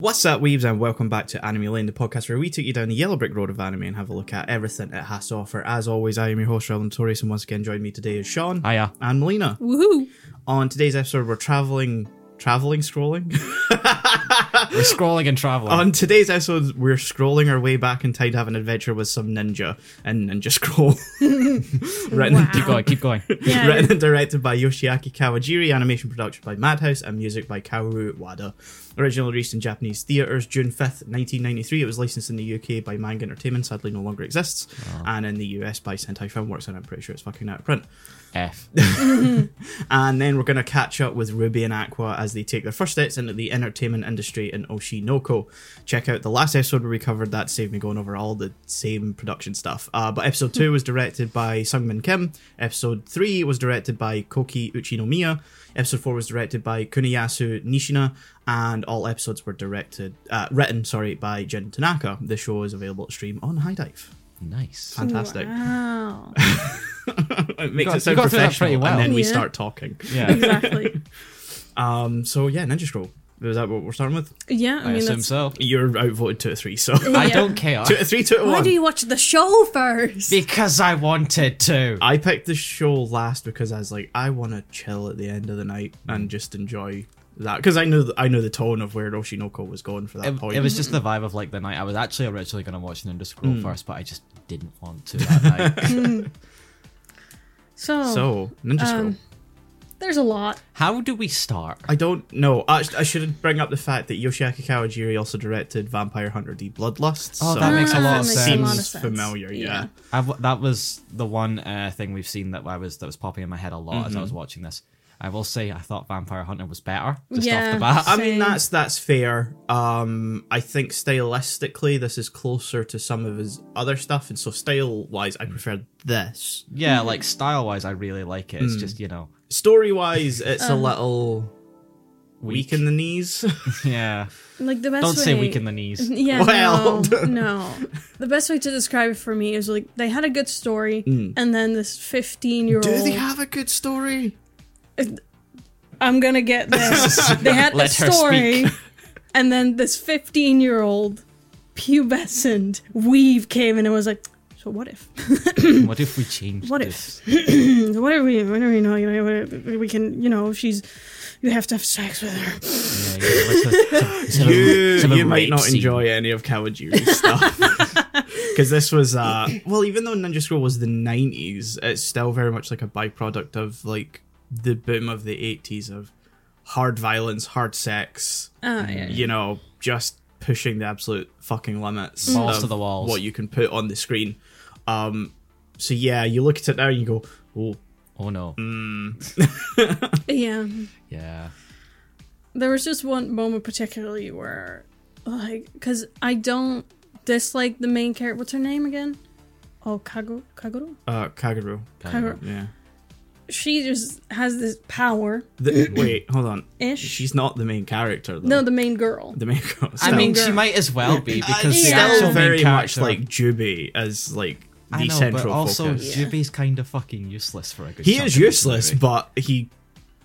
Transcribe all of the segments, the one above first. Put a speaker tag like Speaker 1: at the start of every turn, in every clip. Speaker 1: What's up, Weaves, and welcome back to Anime Lane, the podcast where we take you down the yellow brick road of anime and have a look at everything it has to offer. As always, I am your host, Roland Torres, and once again, joined me today is Sean
Speaker 2: Hiya.
Speaker 1: and Melina.
Speaker 3: Woohoo!
Speaker 1: On today's episode, we're traveling, traveling, scrolling.
Speaker 2: We're scrolling and traveling.
Speaker 1: On today's episode, we're scrolling our way back in time to have an adventure with some ninja and Ninja Scroll. written,
Speaker 3: Wow.
Speaker 2: keep going, keep going.
Speaker 3: Yeah.
Speaker 1: written and directed by Yoshiaki Kawajiri, animation production by Madhouse, and music by Kaoru Wada. Originally released in Japanese theatres June 5th, 1993. It was licensed in the UK by Manga Entertainment, sadly no longer exists, and in the US by Sentai Filmworks, and I'm pretty sure it's fucking out of print.
Speaker 2: F.
Speaker 1: And then we're going to catch up with Ruby and Aqua as they take their first steps into the entertainment industry in Oshinoko. Check out the last episode where we covered that, save me going over all the same production stuff. Uh, but episode 2 was directed by Sungmin Kim, episode 3 was directed by Koki Uchinomiya, episode 4 was directed by Kuniyasu Nishina, and all episodes were directed, uh, written, sorry, by Jin Tanaka. The show is available to stream on High Dive.
Speaker 2: Nice.
Speaker 1: Fantastic.
Speaker 3: Wow.
Speaker 1: it makes it
Speaker 2: got- you
Speaker 1: sound
Speaker 2: got through that
Speaker 1: professional,
Speaker 2: pretty well.
Speaker 1: and then we
Speaker 3: Yeah.
Speaker 1: start talking.
Speaker 2: Yeah.
Speaker 3: exactly.
Speaker 1: Um, so yeah, Ninja Scroll. Is that what we're starting with?
Speaker 3: Yeah, I,
Speaker 2: I
Speaker 3: mean,
Speaker 2: assume
Speaker 3: that's,
Speaker 2: so.
Speaker 1: You're outvoted two to three, so
Speaker 2: I
Speaker 3: Yeah.
Speaker 2: don't care.
Speaker 1: two to three, two to
Speaker 3: why
Speaker 1: one.
Speaker 3: do you watch the show first?
Speaker 2: Because I wanted to.
Speaker 1: I picked the show last because I was like, I want to chill at the end of the night and just enjoy that because I knew th- I knew the tone of where Oshinoko was going for that
Speaker 2: It,
Speaker 1: point. Hmm.
Speaker 2: it was just the vibe of like the night. I was actually originally going to watch Ninja Scroll first, but I just didn't want to that night.
Speaker 3: so,
Speaker 1: so Ninja Scroll.
Speaker 3: Oh. um, there's a lot.
Speaker 2: How do we start?
Speaker 1: I don't know. I, sh- I should bring up the fact that Yoshiaki Kawajiri also directed Vampire Hunter D Bloodlust.
Speaker 2: Oh,
Speaker 1: so
Speaker 2: that makes a
Speaker 1: if
Speaker 2: lot
Speaker 1: it
Speaker 2: of sense.
Speaker 1: Seems
Speaker 3: Ah, Makes a lot of
Speaker 1: familiar,
Speaker 3: sense.
Speaker 1: yeah.
Speaker 3: Yeah.
Speaker 2: I've, that was the one uh, thing we've seen that I was that was popping in my head a lot as I was
Speaker 1: Mm-hmm.
Speaker 2: watching this. I will say I thought Vampire Hunter was better just off
Speaker 3: Yeah.
Speaker 2: the bat.
Speaker 1: I mean
Speaker 3: Same.
Speaker 1: that's that's fair. Um, I think stylistically this is closer to some of his other stuff, and so style wise, I prefer this.
Speaker 2: yeah, like style wise, I really like it.
Speaker 1: Hmm.
Speaker 2: It's just you know,
Speaker 1: Story wise, it's a little weak in the knees.
Speaker 2: yeah.
Speaker 3: Like the best
Speaker 2: Don't
Speaker 3: way.
Speaker 2: say weak in the knees.
Speaker 3: Yeah,
Speaker 1: Well.
Speaker 3: no, no. The best way to describe it for me is like they had a good story,
Speaker 2: Mm.
Speaker 3: and then this fifteen-year-old.
Speaker 1: Do they have a good story?
Speaker 3: I'm gonna get this. they had
Speaker 2: Let her
Speaker 3: a story, and then this 15 year old pubescent weave came in and was like, "So what if?
Speaker 2: What if we change?
Speaker 3: What
Speaker 2: this?
Speaker 3: So what if we? What if we know? You know, what if we can. You know, she's. You have to have sex with her.
Speaker 2: Yeah, yeah, it's a- it's a- it's a-
Speaker 1: You,
Speaker 2: it's a
Speaker 1: you might
Speaker 2: rape
Speaker 1: not
Speaker 2: scene.
Speaker 1: enjoy any of Kawajiri's stuff because this was uh well, even though Ninja Scroll was the '90s, it's still very much like a byproduct of like the boom of the '80s of hard violence, hard sex.
Speaker 3: Ah, yeah.
Speaker 1: you know, just pushing the absolute fucking limits
Speaker 2: Balls
Speaker 1: of
Speaker 2: to the walls.
Speaker 1: what you can put on the screen. Um, so yeah, you look at it now and you go, "Oh,
Speaker 2: Oh no.
Speaker 3: yeah.
Speaker 2: Yeah.
Speaker 3: There was just one moment particularly where, like, because I don't dislike the main character. What's her name again? Oh, Kago Kaguro.
Speaker 1: uh, Kaguru."
Speaker 3: Kaguro.
Speaker 1: Yeah.
Speaker 3: She just has this power
Speaker 1: The, wait, hold on.
Speaker 3: ish.
Speaker 1: She's not the main character though.
Speaker 3: no, the main girl.
Speaker 1: the main. Girl,
Speaker 2: I mean,
Speaker 3: Still.
Speaker 2: she might as well be because
Speaker 1: it's
Speaker 2: the
Speaker 3: yeah.
Speaker 2: actual
Speaker 1: still
Speaker 2: main
Speaker 1: very much
Speaker 2: character-
Speaker 1: like Jubi as like the
Speaker 2: I know,
Speaker 1: central
Speaker 2: but also
Speaker 1: focus.
Speaker 3: Yeah.
Speaker 2: Juby's kind of fucking useless for a good.
Speaker 1: He
Speaker 2: chunk
Speaker 1: is
Speaker 2: of this
Speaker 1: useless,
Speaker 2: movie.
Speaker 1: but he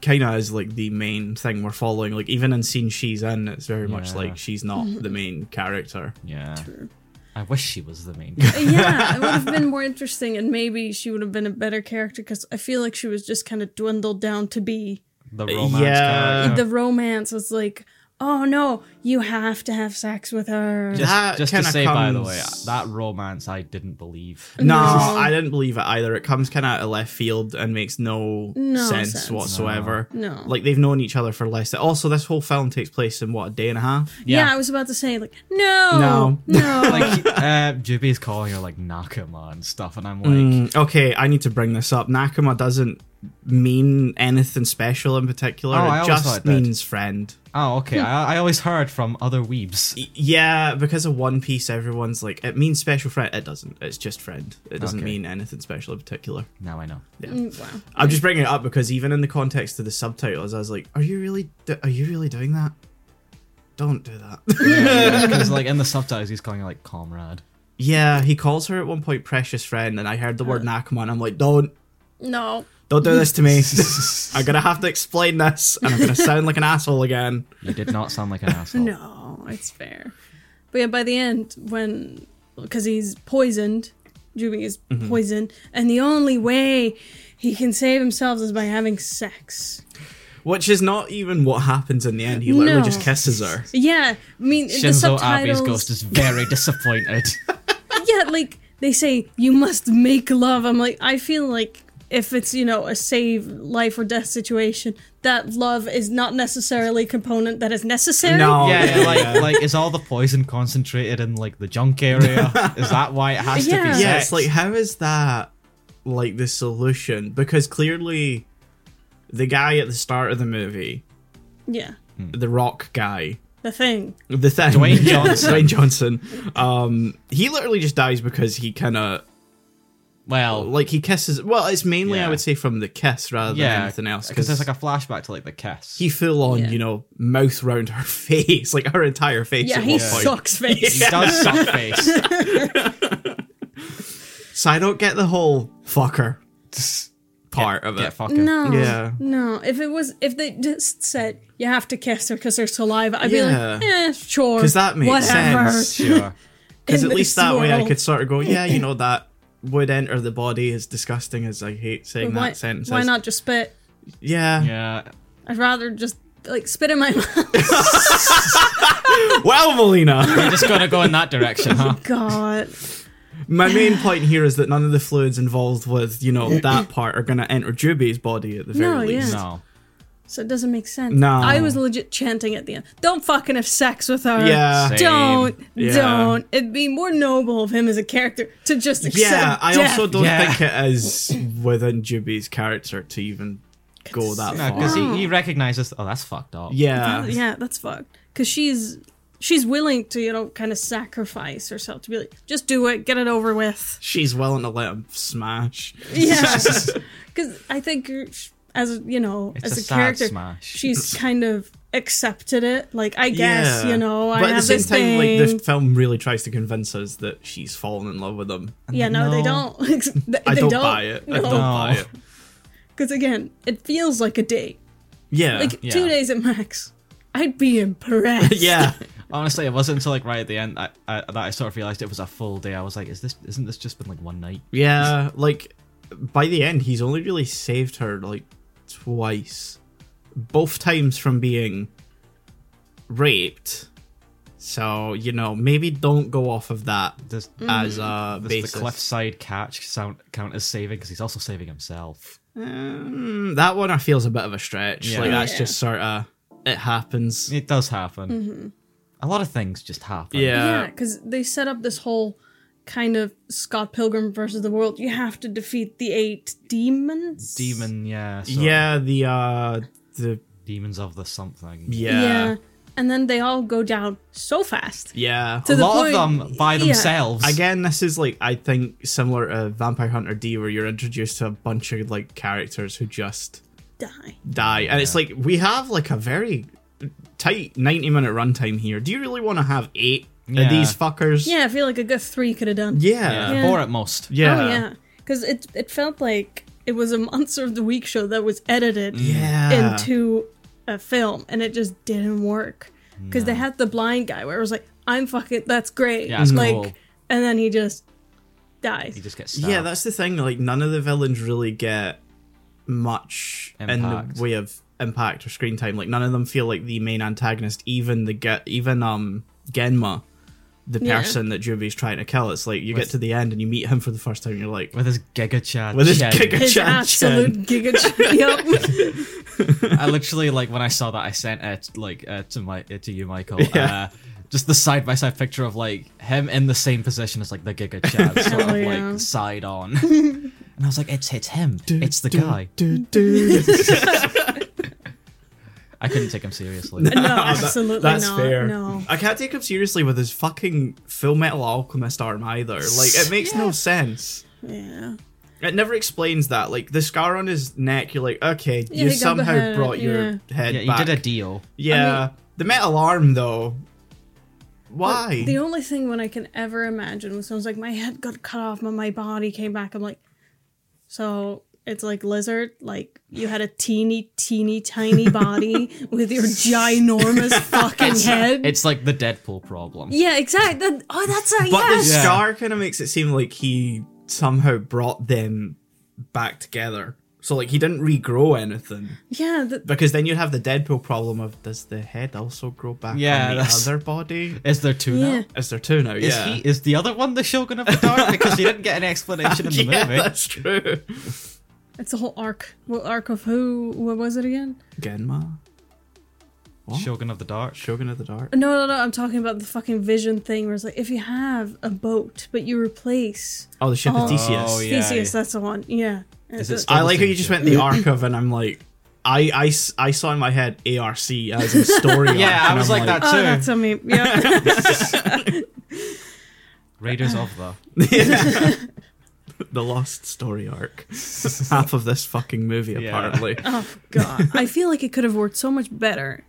Speaker 1: kind of is like the main thing we're following. Like even in scenes she's in, it's very much
Speaker 2: Yeah.
Speaker 1: like she's not the main character.
Speaker 2: yeah,
Speaker 3: True.
Speaker 2: I wish she was the main.
Speaker 3: yeah, it would have been more interesting, and maybe she would have been a better character because I feel like she was just kind of dwindled down to be
Speaker 2: The romance
Speaker 1: Yeah.
Speaker 2: character.
Speaker 3: the romance was like, oh no, you have to have sex with her.
Speaker 2: Just,
Speaker 1: That
Speaker 2: just to
Speaker 1: kinda
Speaker 2: say, by the way,
Speaker 1: comes-
Speaker 2: that romance I didn't believe.
Speaker 1: No,
Speaker 3: No.
Speaker 1: I didn't believe it either. It comes kind of out of left field and makes no,
Speaker 3: No
Speaker 1: sense,
Speaker 3: sense.
Speaker 1: whatsoever.
Speaker 3: No.
Speaker 1: Like they've known each other for less. Than, also, this whole film takes place in what a day and a half.
Speaker 3: yeah.
Speaker 2: yeah.
Speaker 3: I was about to say like, no, no,
Speaker 2: Like, uh, Juby's calling her like Nakama and stuff, and I'm like,
Speaker 1: Mm, okay, I need to bring this up. Nakama doesn't mean anything special in particular.
Speaker 2: Oh, I
Speaker 1: it
Speaker 2: always
Speaker 1: just
Speaker 2: thought it did.
Speaker 1: means friend.
Speaker 2: oh, okay. I, I always heard from other weebs.
Speaker 1: Y- Yeah, because of One Piece, everyone's like, it means special friend. It doesn't. It's just friend. It doesn't
Speaker 2: Okay.
Speaker 1: mean anything special in particular.
Speaker 2: Now I know.
Speaker 3: Mm, wow.
Speaker 1: I'm just bringing it up because even in the context of the subtitles, I was like, are you really, do- are you really doing that? Don't do that.
Speaker 2: Because like in the subtitles, he's calling her like comrade.
Speaker 1: Yeah, he calls her at one point precious friend, and I heard the word Nakama, and I'm like, don't,
Speaker 3: no.
Speaker 1: Don't do this to me. I'm gonna have to explain this, and I'm gonna sound like an asshole again.
Speaker 2: You did not sound like an asshole.
Speaker 3: No, it's fair. But yeah, by the end, when because he's poisoned, Juby is
Speaker 2: Mm-hmm.
Speaker 3: poisoned, and the only way he can save himself is by having sex.
Speaker 1: Which is not even what happens in the end. He literally
Speaker 3: No.
Speaker 1: just kisses her.
Speaker 3: Yeah, I mean the
Speaker 2: Shinzo Abe's
Speaker 3: subtitles.
Speaker 2: ghost is very disappointed.
Speaker 3: yeah, like they say you must make love. I'm like, I feel like if it's you know a save life or death situation, that love is not necessarily a component that is necessary.
Speaker 1: No,
Speaker 2: yeah, yeah, like
Speaker 1: Oh, yeah.
Speaker 2: like is all the poison concentrated in like the junk area? Is that why it has to
Speaker 3: Yeah.
Speaker 2: be
Speaker 3: Yeah,
Speaker 1: yeah,
Speaker 2: sex?
Speaker 1: it's like how is that like the solution? Because clearly, the guy at the start of the movie,
Speaker 3: Yeah,
Speaker 1: the Rock guy,
Speaker 3: the thing.
Speaker 1: the thing,
Speaker 2: Dwayne
Speaker 1: Yeah,
Speaker 2: Johnson.
Speaker 1: Dwayne Johnson, um, he literally just dies because he kind of
Speaker 2: well,
Speaker 1: like he kisses. Well, it's mainly I
Speaker 2: Yeah.
Speaker 1: would say from the kiss rather than
Speaker 2: yeah,
Speaker 1: anything else
Speaker 2: because there's like a flashback to like the kiss.
Speaker 1: he full on
Speaker 3: Yeah.
Speaker 1: you know mouth round her face, like her entire face.
Speaker 3: Yeah,
Speaker 1: at
Speaker 3: he
Speaker 1: one point.
Speaker 3: sucks face.
Speaker 2: He does suck face.
Speaker 1: So I don't get the whole fucker part of it.
Speaker 2: Get fucking.
Speaker 3: No,
Speaker 1: Yeah.
Speaker 3: no. If it was, if they just said you have to kiss her because there's saliva, I'd be like,
Speaker 1: Yeah.
Speaker 3: eh, sure,
Speaker 1: 'Cause that makes
Speaker 3: whatever.
Speaker 1: sense.
Speaker 2: Sure.
Speaker 1: Because
Speaker 3: in
Speaker 1: at least
Speaker 3: this
Speaker 1: that way I
Speaker 3: world.
Speaker 1: could sort of go, yeah, you know, that would enter the body as disgusting as I hate saying
Speaker 3: Why,
Speaker 1: that sentence.
Speaker 3: why
Speaker 1: is.
Speaker 3: not just spit?
Speaker 1: Yeah.
Speaker 2: Yeah.
Speaker 3: I'd rather just like spit in my mouth.
Speaker 1: Well, Molina,
Speaker 2: We're just gonna go in that direction, huh?
Speaker 3: God,
Speaker 1: my main point here is that none of the fluids involved with, you know, that part are going to enter Juby's body at the very
Speaker 3: No,
Speaker 1: least.
Speaker 3: yeah.
Speaker 2: No.
Speaker 3: so it doesn't make sense.
Speaker 1: No.
Speaker 3: I was legit chanting at the end. Don't fucking have sex with her.
Speaker 1: Yeah.
Speaker 2: Same.
Speaker 3: Don't,
Speaker 1: Yeah.
Speaker 3: don't. It'd be more noble of him as a character to just accept.
Speaker 1: Yeah, I
Speaker 3: death.
Speaker 1: also don't
Speaker 2: Yeah.
Speaker 1: think it is within Juby's character to even go that
Speaker 2: No, because
Speaker 1: far.
Speaker 2: he, he recognizes. Oh, that's fucked up.
Speaker 1: yeah.
Speaker 3: yeah, that's fucked. Because she's she's willing to you know kind of sacrifice herself to be like, just do it, get it over with.
Speaker 1: She's willing to let him smash.
Speaker 3: Yeah, because I think as you know
Speaker 2: It's
Speaker 3: as
Speaker 2: a
Speaker 3: a,
Speaker 2: sad
Speaker 3: character,
Speaker 2: smash.
Speaker 3: she's kind of accepted it. Like I guess
Speaker 1: Yeah.
Speaker 3: you know I
Speaker 1: but
Speaker 3: have
Speaker 1: at the same
Speaker 3: this
Speaker 1: time,
Speaker 3: thing.
Speaker 1: like the film really tries to convince us that she's fallen in love with him.
Speaker 3: yeah, no, they
Speaker 2: No.
Speaker 3: don't. they,
Speaker 1: I
Speaker 3: they
Speaker 1: don't, buy it. I don't
Speaker 3: No,
Speaker 1: buy it.
Speaker 3: because again, it feels like a day,
Speaker 1: Uh, Yeah.
Speaker 3: like
Speaker 2: Yeah.
Speaker 3: two days at max. I'd be impressed.
Speaker 1: yeah.
Speaker 2: Honestly, it wasn't until like right at the end I, I, that I sort of realized it was a full day. I was like, "Is this? Isn't this just been like one night?"
Speaker 1: Yeah. Like, by the end, he's only really saved her, like, twice. Both times from being raped. So, you know, maybe don't go off of that
Speaker 2: Does,
Speaker 3: Mm.
Speaker 1: as a
Speaker 2: does
Speaker 1: basis.
Speaker 2: Hmm, the cliffside catch sound count as saving? Because he's also saving himself.
Speaker 1: Um, that one I feel is a bit of a stretch.
Speaker 2: Yeah.
Speaker 1: Like, that's
Speaker 3: Yeah.
Speaker 1: just sort of. It happens.
Speaker 2: It does happen.
Speaker 3: Mm-hmm.
Speaker 2: A lot of things just happen.
Speaker 3: Yeah,
Speaker 1: Yeah.
Speaker 3: because they set up this whole kind of Scott Pilgrim versus the world. You have to defeat the eight demons.
Speaker 2: Demon, yeah. sort of.
Speaker 1: Yeah, the, uh, the,
Speaker 2: Demons of the something.
Speaker 1: yeah.
Speaker 3: Yeah. And then they all go down so fast.
Speaker 1: Yeah.
Speaker 2: A
Speaker 3: To the
Speaker 2: lot of
Speaker 3: point-
Speaker 2: them by
Speaker 3: yeah.
Speaker 2: themselves.
Speaker 1: Again, this is like I think similar to Vampire Hunter D, where you're introduced to a bunch of like characters who just
Speaker 3: Die.
Speaker 1: die, and it's like we have like a very tight 90 minute runtime here. Do you really want to have eight
Speaker 2: Yeah.
Speaker 1: of these fuckers?
Speaker 3: Yeah, I feel like a good three could have done.
Speaker 1: yeah,
Speaker 2: Yeah,
Speaker 1: yeah.
Speaker 3: Yeah.
Speaker 2: Four at most.
Speaker 3: Oh yeah, because it it felt like it was a monster of the week show that was edited
Speaker 1: Mm-hmm. Yeah.
Speaker 3: into a film, and it just didn't work because they had the blind guy where it was like, "I'm fucking that's great,"
Speaker 2: Yeah, it's
Speaker 3: like,
Speaker 2: cool.
Speaker 3: and then he just dies.
Speaker 2: He just gets stabbed.
Speaker 1: Yeah, that's the thing. Like none of the villains really get much in
Speaker 2: Impact.
Speaker 1: the way of impact or screen time. Like none of them feel like the main antagonist. Even the get even um Genma, the
Speaker 3: Yeah.
Speaker 1: person that Juby's trying to kill. It's like you get to the end and you meet him for the first time. And you're like,
Speaker 2: with his Giga Chad.
Speaker 1: With his
Speaker 2: chin.
Speaker 1: Giga-
Speaker 3: His
Speaker 1: Chan Chan.
Speaker 3: absolute giga ch- Yup.
Speaker 2: I literally like when I saw that, I sent it like uh, to my uh, to you, Michael.
Speaker 1: Yeah.
Speaker 2: Uh, just the side by side picture of like him in the same position as like the Giga Chad, sort
Speaker 3: Oh,
Speaker 2: of
Speaker 3: yeah.
Speaker 2: like side on. and I was like, it's it's him. It's the guy.
Speaker 1: Do, do.
Speaker 2: I couldn't take him seriously.
Speaker 3: No, absolutely
Speaker 1: That's
Speaker 3: not.
Speaker 1: fair.
Speaker 3: No.
Speaker 1: I can't take him seriously with his fucking Full Metal Alchemist arm either. Like, it makes no sense.
Speaker 3: Yeah.
Speaker 1: It never explains that. Like, the scar on his neck, you're like, okay,
Speaker 3: Yeah,
Speaker 1: you
Speaker 3: he got
Speaker 1: somehow
Speaker 3: beheaded,
Speaker 1: brought your head
Speaker 2: Yeah, you
Speaker 1: back.
Speaker 2: did a deal.
Speaker 1: yeah.
Speaker 3: I mean-
Speaker 1: the metal arm, though. Why?
Speaker 3: The only thing when I can ever imagine when someone's like, my head got cut off, but my body came back. I'm like, so It's like lizard. Like you had a teeny, teeny, tiny body with your ginormous fucking head.
Speaker 2: It's like the Deadpool problem.
Speaker 3: yeah, exactly. That- oh, that's a
Speaker 1: But
Speaker 3: yes.
Speaker 1: the
Speaker 2: Yeah.
Speaker 1: scar kind of makes it seem like he somehow brought them back together. So like he didn't regrow anything
Speaker 3: yeah, the,
Speaker 1: because then you'd have the Deadpool problem of does the head also grow back
Speaker 2: Yeah,
Speaker 1: on the
Speaker 2: that's-
Speaker 1: other body?
Speaker 2: Is there two
Speaker 3: yeah.
Speaker 2: now?
Speaker 1: Is there two now?
Speaker 2: Is
Speaker 1: yeah,
Speaker 2: he is the other one the Shogun of the Dark? Because you didn't get an explanation in the
Speaker 1: yeah,
Speaker 2: movie.
Speaker 1: that's true.
Speaker 3: It's a whole arc. What arc of who? What was it again?
Speaker 1: Genma, What?
Speaker 2: Shogun of the Dark.
Speaker 1: Shogun of the Dark.
Speaker 3: No, no, no. I'm talking about the fucking vision thing where it's like if you have a boat, but you replace
Speaker 1: Oh, the ship
Speaker 3: Oh.
Speaker 1: of Theseus.
Speaker 2: Oh, yeah.
Speaker 3: Theseus, that's the one. Yeah.
Speaker 2: Is it-
Speaker 1: I like how you just went the arc of, and I'm like, I, I s- I saw in my head ARC as in story.
Speaker 2: Yeah,
Speaker 1: arc,
Speaker 2: I
Speaker 1: and
Speaker 2: was
Speaker 1: I'm
Speaker 2: like that
Speaker 3: Oh, that's a meme. Yeah.
Speaker 2: Raiders of the.
Speaker 1: the lost story arc. Half of this fucking movie,
Speaker 2: Yeah.
Speaker 1: apparently.
Speaker 3: oh god. I feel like it could have worked so much better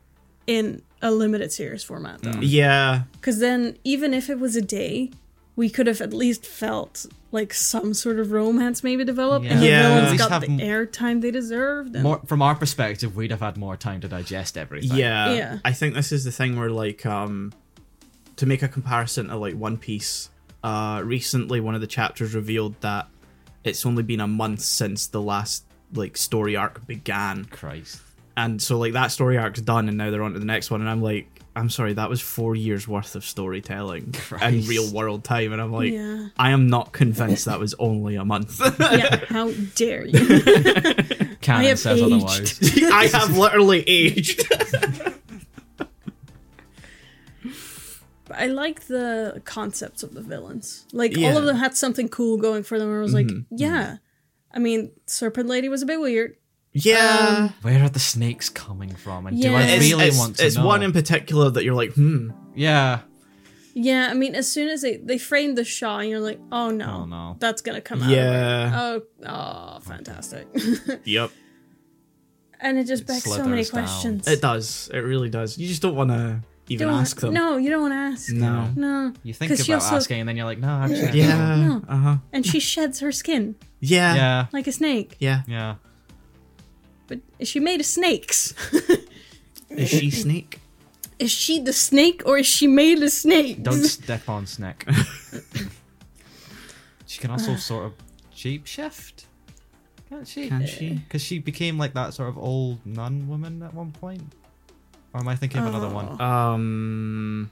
Speaker 3: in a limited series format though.
Speaker 1: Yeah,
Speaker 2: Mm.
Speaker 3: Because then, even if it was a day, we could have at least felt like some sort of romance maybe develop, and the
Speaker 1: Yeah. Yeah. At
Speaker 3: villains
Speaker 2: least
Speaker 3: got
Speaker 2: have
Speaker 3: the
Speaker 2: m-
Speaker 3: airtime they deserved. And,
Speaker 2: More from our perspective, we'd have had more time to digest everything.
Speaker 1: yeah.
Speaker 3: Yeah.
Speaker 1: I think this is the thing where, like, um, to make a comparison to like One Piece, uh, recently one of the chapters revealed that it's only been a month since the last like story arc began.
Speaker 2: Christ.
Speaker 1: and so like that story arc's done and now they're on to the next one and i'm like i'm sorry that was four years worth of storytelling in
Speaker 2: Christ.
Speaker 1: real world time and i'm like
Speaker 3: Yeah.
Speaker 1: i am not convinced that was only a month
Speaker 3: yeah, how dare you? I
Speaker 2: Canon
Speaker 3: have
Speaker 2: says
Speaker 3: aged.
Speaker 2: otherwise.
Speaker 1: i have literally
Speaker 2: Um,
Speaker 1: aged
Speaker 3: But I like the concepts of the villains. Like all
Speaker 1: Yeah.
Speaker 3: of them had something cool going for them. Where I was like, yeah. I mean, Serpent Lady was a bit weird.
Speaker 1: yeah
Speaker 2: Where are the snakes coming from? And do
Speaker 3: Yeah.
Speaker 2: I
Speaker 3: It's-
Speaker 2: really
Speaker 1: it's,
Speaker 2: want to
Speaker 1: it's
Speaker 2: know?
Speaker 1: one in particular that you're like hmm
Speaker 2: yeah.
Speaker 3: Yeah, I mean, as soon as they they framed the Shaw, and you're like, oh no,
Speaker 2: Oh, no.
Speaker 3: that's gonna come out. of her.
Speaker 1: yeah
Speaker 3: Oh, oh, fantastic.
Speaker 1: yep
Speaker 3: and it just begs so many
Speaker 2: slithers down.
Speaker 3: questions.
Speaker 1: it does it really does you just don't want to even
Speaker 3: Don't-
Speaker 1: ask them Mm.
Speaker 3: No, you don't want to ask.
Speaker 1: no
Speaker 3: No.
Speaker 2: You think
Speaker 3: 'Cause
Speaker 2: about
Speaker 3: she also-
Speaker 2: asking, and then you're like, no, actually. I
Speaker 1: yeah
Speaker 3: No.
Speaker 1: uh-huh
Speaker 3: And she sheds her skin
Speaker 1: yeah
Speaker 2: don't.
Speaker 1: yeah
Speaker 2: Yeah.
Speaker 3: like a snake.
Speaker 1: yeah
Speaker 2: Yeah.
Speaker 3: But is she made of snakes?
Speaker 1: is she snake
Speaker 3: is she the snake or is she made of snakes?
Speaker 2: Don't step on snake. she can also sort of shape shift. Can't she?
Speaker 1: can she
Speaker 2: Because she became like that sort of old nun woman at one point. Or am I thinking of another one?
Speaker 1: Oh. Um,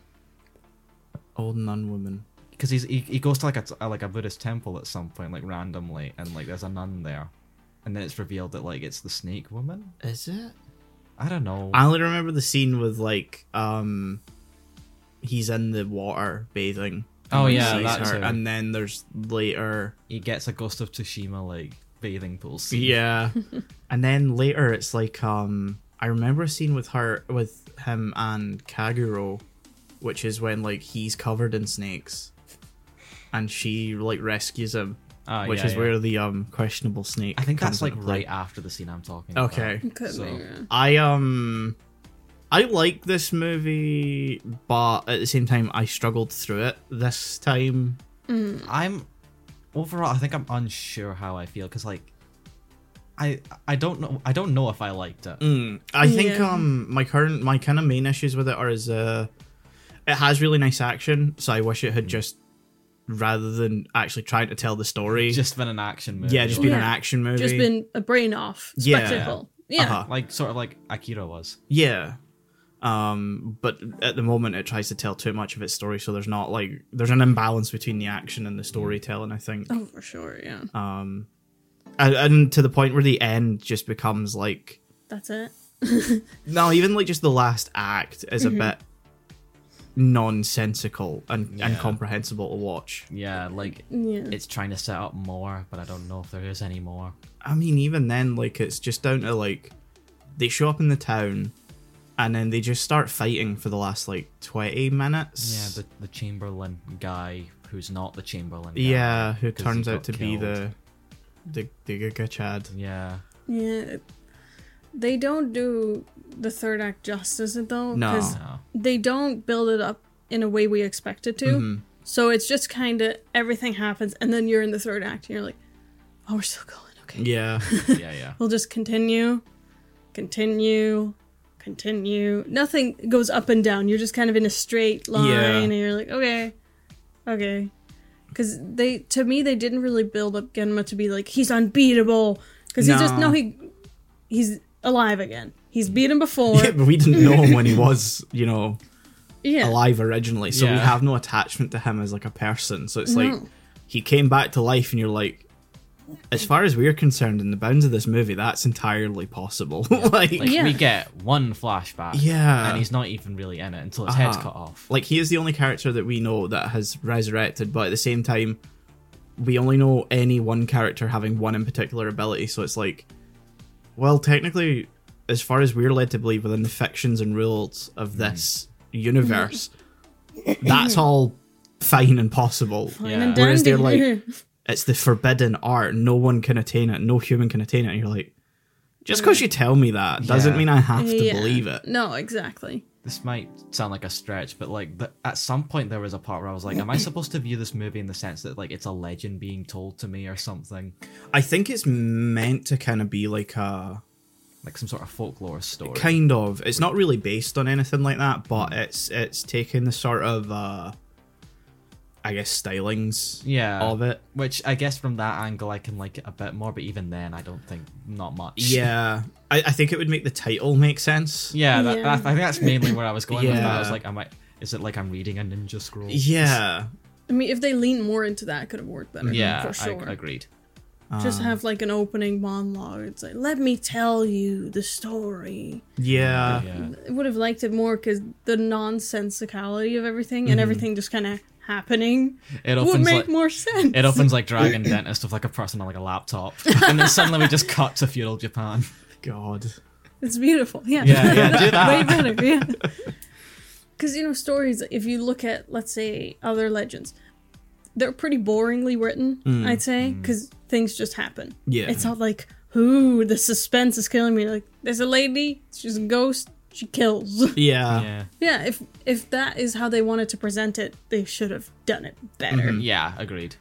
Speaker 1: old nun woman.
Speaker 2: Because he's he, he goes to like a, t- uh, like a Buddhist temple at some point, like randomly, and like there's a nun there, and then it's revealed that like it's the snake woman.
Speaker 1: Is it?
Speaker 2: I don't know.
Speaker 1: I only remember the scene with like um, he's in the water bathing.
Speaker 2: Oh,
Speaker 1: and he
Speaker 2: yeah,
Speaker 1: sees
Speaker 2: that's her.
Speaker 1: and then there's later.
Speaker 2: he gets a Ghost of Tsushima like bathing pool scene.
Speaker 1: Yeah, and then later it's like um, I remember a scene with her with him and Kaguro, which is when like he's covered in snakes, and she like rescues him,
Speaker 2: Ah,
Speaker 1: which
Speaker 2: yeah,
Speaker 1: is
Speaker 2: yeah.
Speaker 1: where the um questionable snake.
Speaker 2: I think that's
Speaker 1: comes
Speaker 2: like
Speaker 1: into play.
Speaker 2: right after the scene I'm talking. about.
Speaker 1: Okay.
Speaker 3: Could
Speaker 2: So-
Speaker 3: be, yeah.
Speaker 1: I um I like this movie, but at the same time I struggled through it this time.
Speaker 2: I'm overall. I think I'm unsure how I feel because like, I I don't know. I don't know if I liked it.
Speaker 1: Mm, I think
Speaker 3: Yeah.
Speaker 1: um my current my kind of main issues with it are is uh it has really nice action, so I wish it
Speaker 2: Mm.
Speaker 1: had just rather than actually trying to tell the story.
Speaker 2: It's just been an action movie.
Speaker 1: yeah, just been an
Speaker 3: Yeah.
Speaker 1: action movie.
Speaker 3: Just been a brain off
Speaker 1: Yeah.
Speaker 3: spectacle. Yeah.
Speaker 1: Uh-huh.
Speaker 2: like sort of like Akira was.
Speaker 1: Yeah. Um, but at the moment it tries to tell too much of its story, so there's not like there's an imbalance between the action and the storytelling. I think.
Speaker 3: Oh, for sure. Yeah.
Speaker 1: um and, and to the point where the end just becomes like
Speaker 3: That's it.
Speaker 1: no even like just the last act is
Speaker 3: Mm-hmm.
Speaker 1: a bit nonsensical and
Speaker 2: Yeah.
Speaker 1: incomprehensible to watch
Speaker 2: Yeah, like
Speaker 3: Yeah.
Speaker 2: it's trying to set up more, but I don't know if there is any more.
Speaker 1: i mean even then like it's just down to like they show up in the town and then they just start fighting for the last like 20
Speaker 2: Yeah,
Speaker 1: minutes
Speaker 2: the the Chamberlain guy who's not the Chamberlain. Guy,
Speaker 1: yeah who
Speaker 2: 'cause he
Speaker 1: turns
Speaker 2: got
Speaker 1: out to be
Speaker 2: killed.
Speaker 1: the the the Giga Chad
Speaker 2: yeah.
Speaker 3: yeah. They don't do the third act justice, though.
Speaker 1: No.
Speaker 3: 'cause
Speaker 2: No.
Speaker 3: They don't build it up in a way we expect it to.
Speaker 1: Mm-hmm.
Speaker 3: So it's just kind of everything happens, and then you're in the third act, and you're like, oh, we're still going. Okay.
Speaker 1: Yeah.
Speaker 2: yeah, yeah.
Speaker 3: We'll just continue, continue, continue. Nothing goes up and down. You're just kind of in a straight line,
Speaker 1: Yeah.
Speaker 3: and you're like, okay, okay. Because they, to me, they didn't really build up Genma to be like he's unbeatable. Because he just
Speaker 1: No.
Speaker 3: no, he he's alive again. He's beaten before.
Speaker 1: yeah, but we didn't know him when he was, you know,
Speaker 3: yeah.
Speaker 1: alive originally, so we
Speaker 2: Yeah.
Speaker 1: have no attachment to him as like a person. So it's like
Speaker 3: No.
Speaker 1: he came back to life, and you're like, as far as we're concerned, in the bounds of this movie, that's entirely possible. like,
Speaker 2: Like
Speaker 3: Yeah.
Speaker 2: we get one flashback.
Speaker 1: Yeah.
Speaker 2: And he's not even really in it until his head's
Speaker 1: Uh-huh.
Speaker 2: cut off.
Speaker 1: like he is the only character that we know that has resurrected, but at the same time, we only know any one character having one in particular ability. So it's like, well, technically, as far as we're led to believe within the fictions and rules of this universe, that's all fine and possible.
Speaker 2: Yeah.
Speaker 3: And
Speaker 1: Whereas they're
Speaker 3: dandy.
Speaker 1: like, it's the forbidden art. No one can attain it. No human can attain it. And you're like, just because you tell me that doesn't
Speaker 2: Yeah.
Speaker 1: mean I have to
Speaker 3: Yeah.
Speaker 1: believe it.
Speaker 3: No, exactly.
Speaker 2: This might sound like a stretch, but like the, at some point there was a part where I was like, "Am I supposed to view this movie in the sense that like it's a legend being told to me or something,
Speaker 1: I think it's meant to kind of be like a
Speaker 2: like some sort of folklore story?"
Speaker 1: kind of. It's not really based on anything like that, but it's it's taking the sort of uh I guess stylings
Speaker 2: yeah,
Speaker 1: of it.
Speaker 2: Which I guess from that angle I can like it a bit more, but even then I don't think not much.
Speaker 1: Yeah, I, I think it would make the title make sense.
Speaker 2: yeah. That,
Speaker 3: Yeah.
Speaker 2: That, I think that's mainly where I was going with that. I was
Speaker 1: Yeah.
Speaker 2: like, "Am I? Is it like I'm reading a ninja scroll?"
Speaker 1: Yeah,
Speaker 3: I mean, if they lean more into that, it could have worked better.
Speaker 2: yeah.
Speaker 3: for sure.
Speaker 2: I, agreed. Um,
Speaker 3: Just have like an opening monologue. It's like, let me tell you the story.
Speaker 1: yeah.
Speaker 2: yeah.
Speaker 3: I would have liked it more because the nonsensicality of everything and everything just kind of happening
Speaker 2: Mm-hmm. It
Speaker 3: would
Speaker 2: opens
Speaker 3: make
Speaker 2: like,
Speaker 3: more sense.
Speaker 2: It opens like Dragon Dentist with like a person on like a laptop, and then suddenly we just cut to feudal Japan.
Speaker 1: God.
Speaker 3: It's beautiful. Yeah.
Speaker 2: Yeah, yeah, do
Speaker 3: Way better. Yeah. Because, you know, stories, if you look at, let's say, other legends, they're pretty boringly written,
Speaker 2: Mm,
Speaker 3: I'd say, because things just happen.
Speaker 1: Yeah.
Speaker 3: It's not like, ooh, the suspense is killing me. Like, there's a lady, she's a ghost, she kills.
Speaker 1: Yeah.
Speaker 2: Yeah,
Speaker 3: yeah, if if that is how they wanted to present it, they should have done it better.
Speaker 2: yeah, agreed.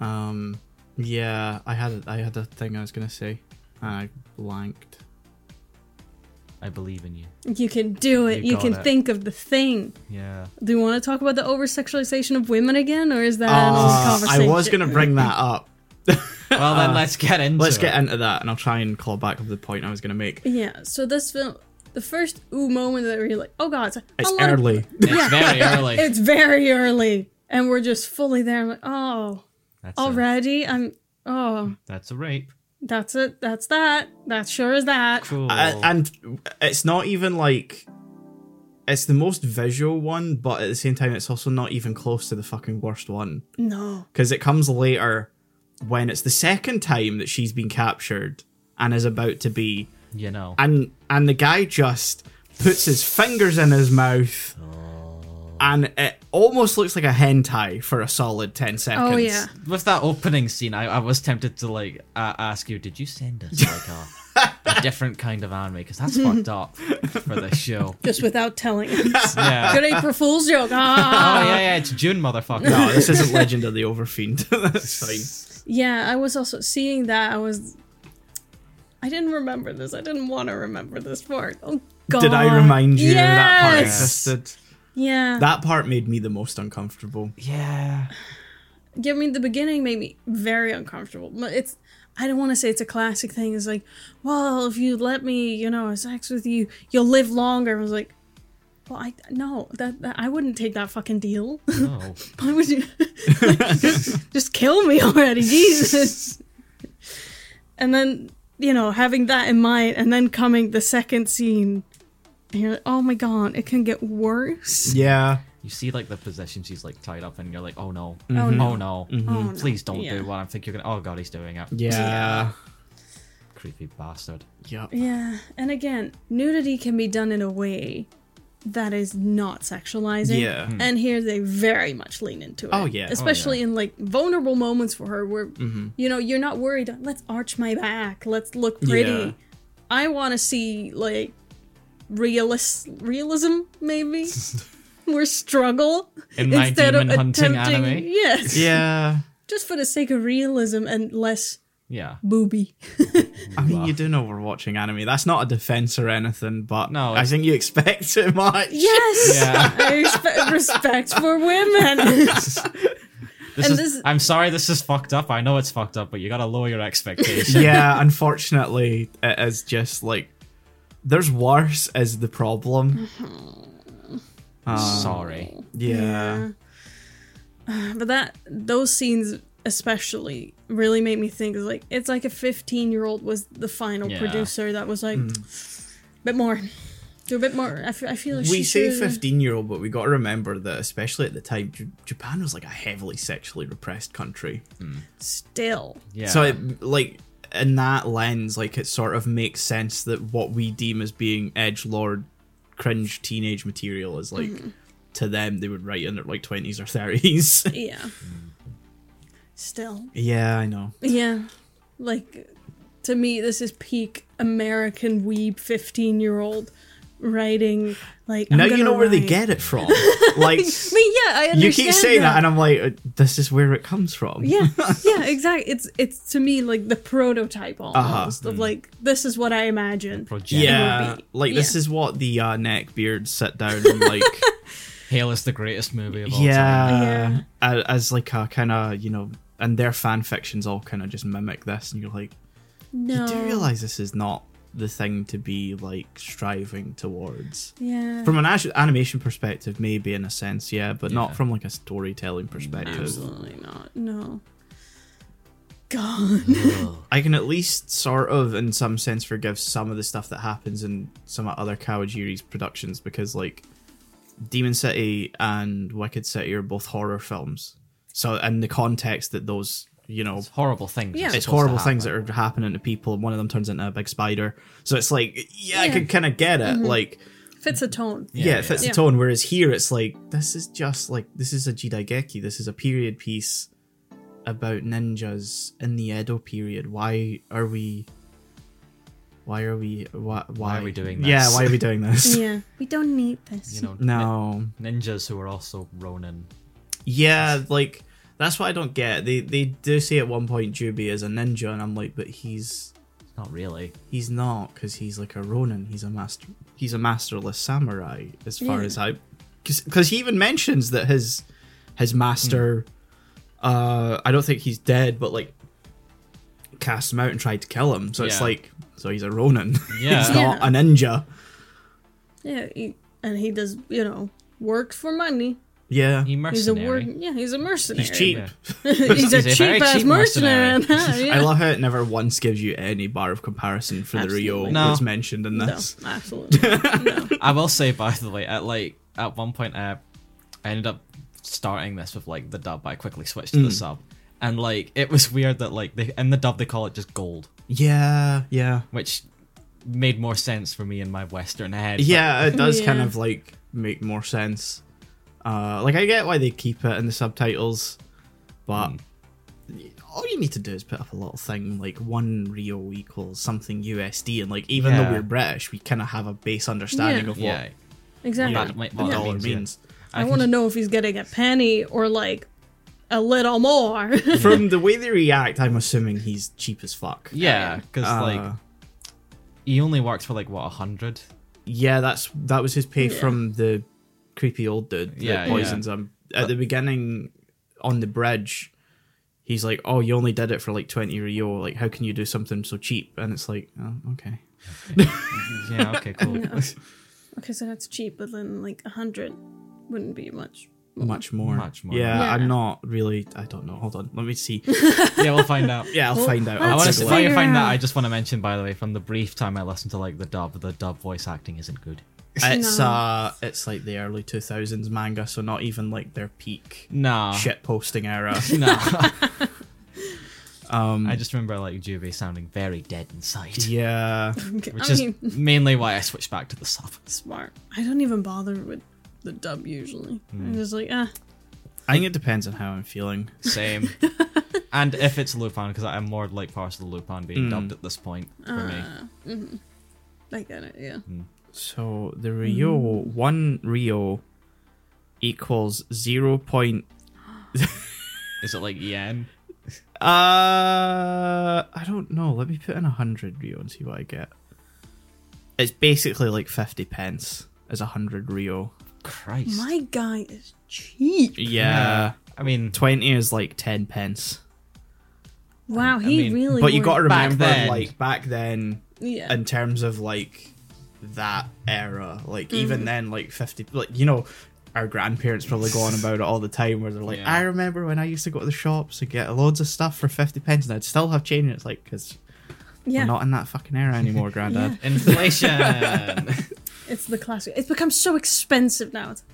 Speaker 1: Um. Yeah. I had a, I had a thing I was gonna say. I blanked.
Speaker 2: I believe in you.
Speaker 1: Mm-hmm.
Speaker 3: You can do it.
Speaker 2: You
Speaker 3: You,
Speaker 2: got
Speaker 3: can
Speaker 2: it.
Speaker 3: think of the thing.
Speaker 2: Yeah,
Speaker 3: Do you want to talk about the over sexualization of women again, or Um, is that another
Speaker 1: Uh, I
Speaker 3: conversation?
Speaker 1: was gonna bring that up.
Speaker 2: Well, then let's get into
Speaker 1: Uh, Let's
Speaker 2: it.
Speaker 1: get into that, and I'll try and claw back of the point I was gonna make.
Speaker 3: Yeah. So this film, the first ooh moment that we're like, oh god, it's, a
Speaker 1: It's
Speaker 3: lot of-
Speaker 1: early.
Speaker 2: It's very early.
Speaker 3: it's very early, and we're just fully there. I'm like, oh,
Speaker 2: that's
Speaker 3: already? I'm. Oh,
Speaker 2: A, that's a rape.
Speaker 3: that's it. That's that. That sure is that.
Speaker 2: Cool.
Speaker 1: A- and it's not even like it's the most visual one, but at the same time, it's also not even close to the fucking worst one
Speaker 3: No.
Speaker 1: because it comes later when it's the second time that she's been captured and is about to be,
Speaker 2: you know.
Speaker 1: and and the guy just puts his fingers in his mouth. And it almost looks like a hentai for a solid ten seconds.
Speaker 3: Oh yeah.
Speaker 2: with that opening scene, I, I was tempted to like uh, ask you, did you send us like a, a different kind of anime? Because that's fucked up for the show.
Speaker 3: Just without telling us.
Speaker 2: Yeah.
Speaker 3: Good April Fool's joke. Ah.
Speaker 2: Oh yeah, yeah. It's June, motherfucker.
Speaker 1: No, Oh, this isn't Legend of the Overfiend. That's fine.
Speaker 3: Yeah, I was also seeing that. I was. I didn't remember this. I didn't want to remember this part. Oh God!
Speaker 1: Did I remind you that part
Speaker 3: Yes!
Speaker 1: existed?
Speaker 3: Yeah.
Speaker 1: That part made me the most uncomfortable.
Speaker 2: yeah.
Speaker 3: Yeah, I mean, the beginning made me very uncomfortable. But it's, I don't want to say it's a classic thing. It's like, well, if you let me, you know, have sex with you, you'll live longer. I was like, well, I no, that, that I wouldn't take that fucking deal.
Speaker 2: No.
Speaker 3: Why would you? Just kill me already, Jesus. and then you know, having that in mind, and then coming the second scene, and you're like, oh my god, it can get worse.
Speaker 1: Yeah.
Speaker 2: You see like the position she's like tied up, and you're like, oh no,
Speaker 3: Oh,
Speaker 1: Mm-hmm.
Speaker 3: no.
Speaker 2: oh no,
Speaker 3: Oh, no.
Speaker 2: please don't
Speaker 3: Yeah.
Speaker 2: do what I think you're gonna. Oh god, he's doing it.
Speaker 1: Yeah.
Speaker 2: Creepy bastard.
Speaker 1: Yep.
Speaker 3: Yeah, and again, nudity can be done in a way that is not sexualizing.
Speaker 1: Yeah. Hmm.
Speaker 3: And here they very much lean into it.
Speaker 1: Oh, yeah. Mm-hmm. Oh,
Speaker 3: Especially in like vulnerable moments for her where you know, you're not worried, let's arch my back, let's look pretty.
Speaker 1: Yeah.
Speaker 3: I wanna see like realist realism maybe. More struggle
Speaker 2: In my demon hunting anime.
Speaker 3: Yes.
Speaker 1: Yeah.
Speaker 3: Just for the sake of realism and less
Speaker 2: Yeah.
Speaker 3: Booby.
Speaker 1: I mean,
Speaker 2: Wow.
Speaker 1: you do know we're watching anime. That's not a defense or anything, but
Speaker 2: No,
Speaker 1: I
Speaker 2: it's-
Speaker 1: think you expect too much.
Speaker 3: Yes.
Speaker 2: Yeah.
Speaker 3: I respe- respect for women.
Speaker 2: This is,
Speaker 3: And this-
Speaker 2: I'm sorry this is fucked up. I know it's fucked up, but you gotta lower your expectations.
Speaker 1: yeah, unfortunately, it is just like there's worse is the problem. Um,
Speaker 2: Mm-hmm.
Speaker 3: Oh.
Speaker 2: sorry.
Speaker 1: Yeah.
Speaker 3: but that those scenes especially really made me think is like it's like a 15 year old was the final
Speaker 2: Yeah.
Speaker 3: producer that was like bit more do a bit more i, f- I feel like
Speaker 1: Mm-hmm. We
Speaker 3: she
Speaker 1: say
Speaker 3: should've-
Speaker 1: 15 year old, but we got to remember that, especially at the time, J- Japan was like a heavily sexually repressed country.
Speaker 3: still
Speaker 2: Yeah.
Speaker 1: So, it, like, in that lens, like, it sort of makes sense that what we deem as being edge lord, cringe teenage material is like
Speaker 3: Mm-hmm.
Speaker 1: to them they would write in their like 20s or 30s.
Speaker 3: yeah still
Speaker 1: yeah, I know.
Speaker 3: yeah like to me this is peak american weeb 15 year old writing like I'm
Speaker 1: now you
Speaker 3: gonna
Speaker 1: know where they
Speaker 3: write-
Speaker 1: get it from. like,
Speaker 3: I mean, yeah, I understand.
Speaker 1: you keep saying that,
Speaker 3: that
Speaker 1: and I'm like, uh, this is where it comes from.
Speaker 3: yeah yeah exactly it's it's to me like the prototype
Speaker 1: Uh-huh.
Speaker 3: almost
Speaker 1: Mm.
Speaker 3: of like this is what i imagine
Speaker 2: Project.
Speaker 1: Yeah,
Speaker 3: would be-
Speaker 1: like this
Speaker 3: yeah.
Speaker 1: is what the uh, neckbeards sit down and like,
Speaker 2: Hail is the greatest movie of all time.
Speaker 1: yeah,
Speaker 3: Yeah.
Speaker 1: a- as like a kind of you know, and their fan fictions all kind of just mimic this, and you're like,
Speaker 3: no
Speaker 1: you do realize this is not the thing to be like striving towards.
Speaker 3: yeah
Speaker 1: From an ash- animation perspective, maybe in a sense, yeah, but not
Speaker 2: Yeah.
Speaker 1: from like a storytelling perspective.
Speaker 3: absolutely not no god
Speaker 1: I can at least sort of, in some sense, forgive some of the stuff that happens in some of other Kawajiri's productions because, like, Demon City and Wicked City are both horror films. So, in the context that those, you know,
Speaker 2: It's horrible things. are
Speaker 3: Yeah.
Speaker 1: it's
Speaker 2: supposed to
Speaker 1: horrible things that
Speaker 2: happen.
Speaker 1: are happening to people, and one of them turns into a big spider. So it's like, yeah, I
Speaker 3: Yeah. Mm-hmm.
Speaker 1: can kind of get it. Like,
Speaker 3: fits a tone
Speaker 1: yeah, it fits
Speaker 3: yeah.
Speaker 1: the tone. Whereas here, it's like this is just like this is a jidaigeki. This is a period piece about ninjas in the Edo period. Why are we? Why are we? Why? Why,
Speaker 2: Why are we doing
Speaker 1: Yeah,
Speaker 2: this?
Speaker 1: why are we doing this?
Speaker 3: yeah we don't need this
Speaker 2: You know,
Speaker 1: No.
Speaker 2: nin- ninjas who are also Ronin.
Speaker 1: Yeah, like that's what I don't get. They they do say at one point Juby is a ninja, and I'm like, but he's
Speaker 2: Not really.
Speaker 1: he's not because he's like a ronin. He's a master. He's a masterless samurai as far
Speaker 3: Yeah.
Speaker 1: as I, because he even mentions that his his master. Uh, I don't think he's dead, but like cast him out and tried to kill him. So it's
Speaker 2: Yeah.
Speaker 1: like so he's a ronin.
Speaker 2: Yeah.
Speaker 1: he's not
Speaker 3: Yeah.
Speaker 1: a ninja.
Speaker 3: yeah he, and he does you know work for money
Speaker 1: Yeah,
Speaker 2: He
Speaker 3: he's a
Speaker 2: mercenary.
Speaker 3: word yeah he's a mercenary
Speaker 1: he's cheap.
Speaker 2: Yeah.
Speaker 3: he's a
Speaker 2: He's a very
Speaker 3: cheap ass
Speaker 2: cheap
Speaker 3: mercenary,
Speaker 2: mercenary.
Speaker 1: I
Speaker 3: yeah.
Speaker 1: love how it never once gives you any bar of comparison for the Rio
Speaker 3: Absolutely.
Speaker 2: No.
Speaker 1: that's mentioned in
Speaker 3: no
Speaker 1: this.
Speaker 3: absolutely no
Speaker 2: I will say, by the way, at like at one point, uh, I ended up starting this with like the dub. But I quickly switched to
Speaker 1: Hmm.
Speaker 2: the sub, and like it was weird that like they, in the dub they call it just gold,
Speaker 1: Yeah, yeah,
Speaker 2: which made more sense for me in my Western head. but-
Speaker 1: yeah. It does kind
Speaker 3: Yeah.
Speaker 1: of like make more sense. Uh, like I get why they keep it in the subtitles, but
Speaker 2: Hmm.
Speaker 1: all you need to do is put up a little thing like one Rio equals something USD, and like even though
Speaker 2: Yeah.
Speaker 1: we're British, we kind of have a base understanding
Speaker 3: Yeah.
Speaker 1: of what
Speaker 2: yeah,
Speaker 3: exactly
Speaker 2: that might-
Speaker 1: what
Speaker 2: Yeah.
Speaker 1: dollar
Speaker 2: means, yeah.
Speaker 1: means.
Speaker 3: I want to know if he's getting a penny or like a little more.
Speaker 1: From the way they react, I'm assuming he's cheap as fuck.
Speaker 2: yeah, because
Speaker 1: Uh,
Speaker 2: like he only works for like what a hundred.
Speaker 1: Yeah, that's that was his pay from the creepy old dude that
Speaker 2: Yeah,
Speaker 1: poisons him. At the beginning on the bridge, he's like, Oh, you only did it for like twenty Rio, like how can you do something so cheap? And it's like, Oh, okay.
Speaker 2: Yeah, okay, cool.
Speaker 3: okay, so that's cheap, but then like a hundred wouldn't be much.
Speaker 1: Much more.
Speaker 2: Much more.
Speaker 1: Yeah,
Speaker 3: Yeah.
Speaker 1: I'm not really I don't know. Hold on. Let me see.
Speaker 2: yeah, we'll find out.
Speaker 1: Yeah, I'll
Speaker 3: Well,
Speaker 1: find out.
Speaker 3: I
Speaker 2: I
Speaker 1: I'll
Speaker 2: want
Speaker 1: take
Speaker 2: to.
Speaker 3: wanna
Speaker 1: a
Speaker 3: see-
Speaker 1: look.
Speaker 2: While you
Speaker 3: figure
Speaker 2: find that,
Speaker 3: out.
Speaker 2: I just want to mention, by the way, from the brief time I listened to like the dub, the dub voice acting isn't good.
Speaker 1: It's
Speaker 3: No.
Speaker 1: uh it's like the early two thousands manga, so not even like their peak
Speaker 2: Nah,
Speaker 1: shit posting era.
Speaker 2: nah.
Speaker 1: Um
Speaker 2: I just remember like Juvie sounding very dead inside.
Speaker 1: yeah.
Speaker 3: Okay,
Speaker 2: Which
Speaker 3: I
Speaker 2: is
Speaker 3: mean,
Speaker 2: mainly why I switched back to the sub.
Speaker 3: smart. I don't even bother with the dub usually. I'm just like, ah,
Speaker 1: I think it depends on how I'm feeling.
Speaker 2: Same. and if it's Lupin, because I'm more like parts of the Lupin being
Speaker 1: Mm.
Speaker 2: dubbed at this point for
Speaker 3: Uh.
Speaker 2: me.
Speaker 3: mm-hmm. I get it. Yeah,
Speaker 1: So the Rio one Rio equals zero point.
Speaker 2: Is it like Yen?
Speaker 1: Uh, I don't know. Let me put in a hundred Rio and see what I get. It's basically like fifty pence as a hundred Rio.
Speaker 2: Christ.
Speaker 3: My guy is cheap.
Speaker 1: Yeah,
Speaker 2: I mean,
Speaker 1: twenty is like ten pence.
Speaker 3: Wow,
Speaker 2: I
Speaker 3: he
Speaker 2: mean-
Speaker 3: really.
Speaker 1: But you
Speaker 3: worked-
Speaker 1: got to
Speaker 2: Back
Speaker 1: remember,
Speaker 2: then.
Speaker 1: like back then,
Speaker 3: Yeah.
Speaker 1: in terms of like that era, like
Speaker 3: Mm.
Speaker 1: even then, like fifty, like you know. Our grandparents probably go on about it all the time, where they're like,
Speaker 2: Yeah.
Speaker 1: "I remember when I used to go to the shops and get loads of stuff for fifty pence, and I'd still have change." And it's like, because
Speaker 3: yeah.
Speaker 1: we're not in that fucking era anymore, Grandad.
Speaker 2: inflation.
Speaker 3: It's the classic. It's become so expensive now. It's,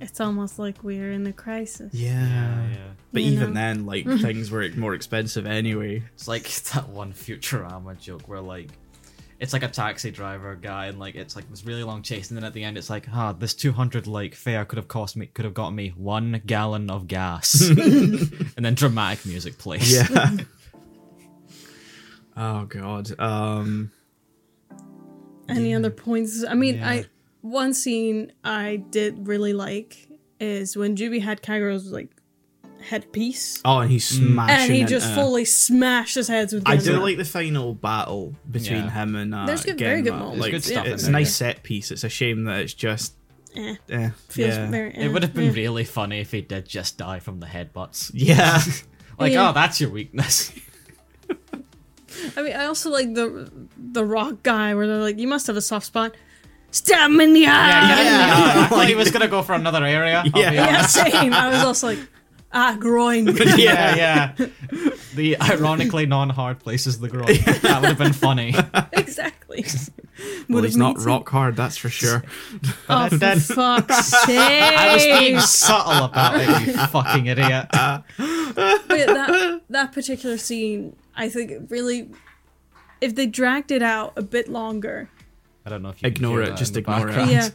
Speaker 3: it's almost like we're in a crisis.
Speaker 1: Yeah. But
Speaker 3: You
Speaker 1: even
Speaker 3: know?
Speaker 1: then, like things were more expensive anyway.
Speaker 2: It's like that one Futurama joke where like it's like a taxi driver guy and like it's like this really long chase and then at the end it's like, ah, this two hundred like fare could have cost me could have got me one gallon of gas. and then dramatic music plays.
Speaker 1: Yeah. oh god. Um.
Speaker 3: Any other points? I mean,
Speaker 2: Yeah.
Speaker 3: I one scene I did really like is when Juby had Kaigo's like headpiece,
Speaker 1: Oh, and
Speaker 2: Mm.
Speaker 1: he's smashing.
Speaker 3: and he
Speaker 1: it,
Speaker 3: just
Speaker 1: uh,
Speaker 3: fully smashed his heads with.
Speaker 1: I do
Speaker 3: Gundam.
Speaker 1: like the final battle between
Speaker 2: Yeah.
Speaker 1: him and uh,
Speaker 3: There's good- very
Speaker 1: Genma.
Speaker 3: good moments.
Speaker 1: Like,
Speaker 2: There's good stuff in
Speaker 1: It's a
Speaker 2: there,
Speaker 1: nice set piece. It's a shame that it's just.
Speaker 3: Eh,
Speaker 1: Eh,
Speaker 3: feels
Speaker 1: yeah.
Speaker 3: very. eh,
Speaker 2: It would have been
Speaker 3: yeah.
Speaker 2: really funny if he did just die from the headbutts.
Speaker 1: Yeah.
Speaker 2: Like,
Speaker 3: Yeah.
Speaker 2: oh, that's your weakness.
Speaker 3: I mean, I also like the the rock guy where they're like, "You must have a soft spot." Stab him in the eye.
Speaker 1: Yeah.
Speaker 2: I thought he was gonna go for another area. I'll be
Speaker 1: Yeah.
Speaker 3: Yeah, same. I was also like, ah, groin.
Speaker 2: yeah, yeah. The ironically non-hard places the groin. That would have been funny.
Speaker 3: exactly.
Speaker 1: well,
Speaker 3: Would
Speaker 1: he's
Speaker 3: have
Speaker 1: not
Speaker 3: made sense.
Speaker 1: rock hard, that's for sure.
Speaker 3: Oh, for
Speaker 2: Dead.
Speaker 3: fuck's
Speaker 2: I was being
Speaker 3: sake!
Speaker 2: subtle about it, you fucking idiot.
Speaker 3: But that that particular scene, I think, it really, if they dragged it out a bit longer,
Speaker 2: I don't know if you can
Speaker 1: Ignore
Speaker 2: hear
Speaker 1: it,
Speaker 2: that
Speaker 1: just
Speaker 2: in the
Speaker 1: ignore it.
Speaker 2: background.
Speaker 3: yeah.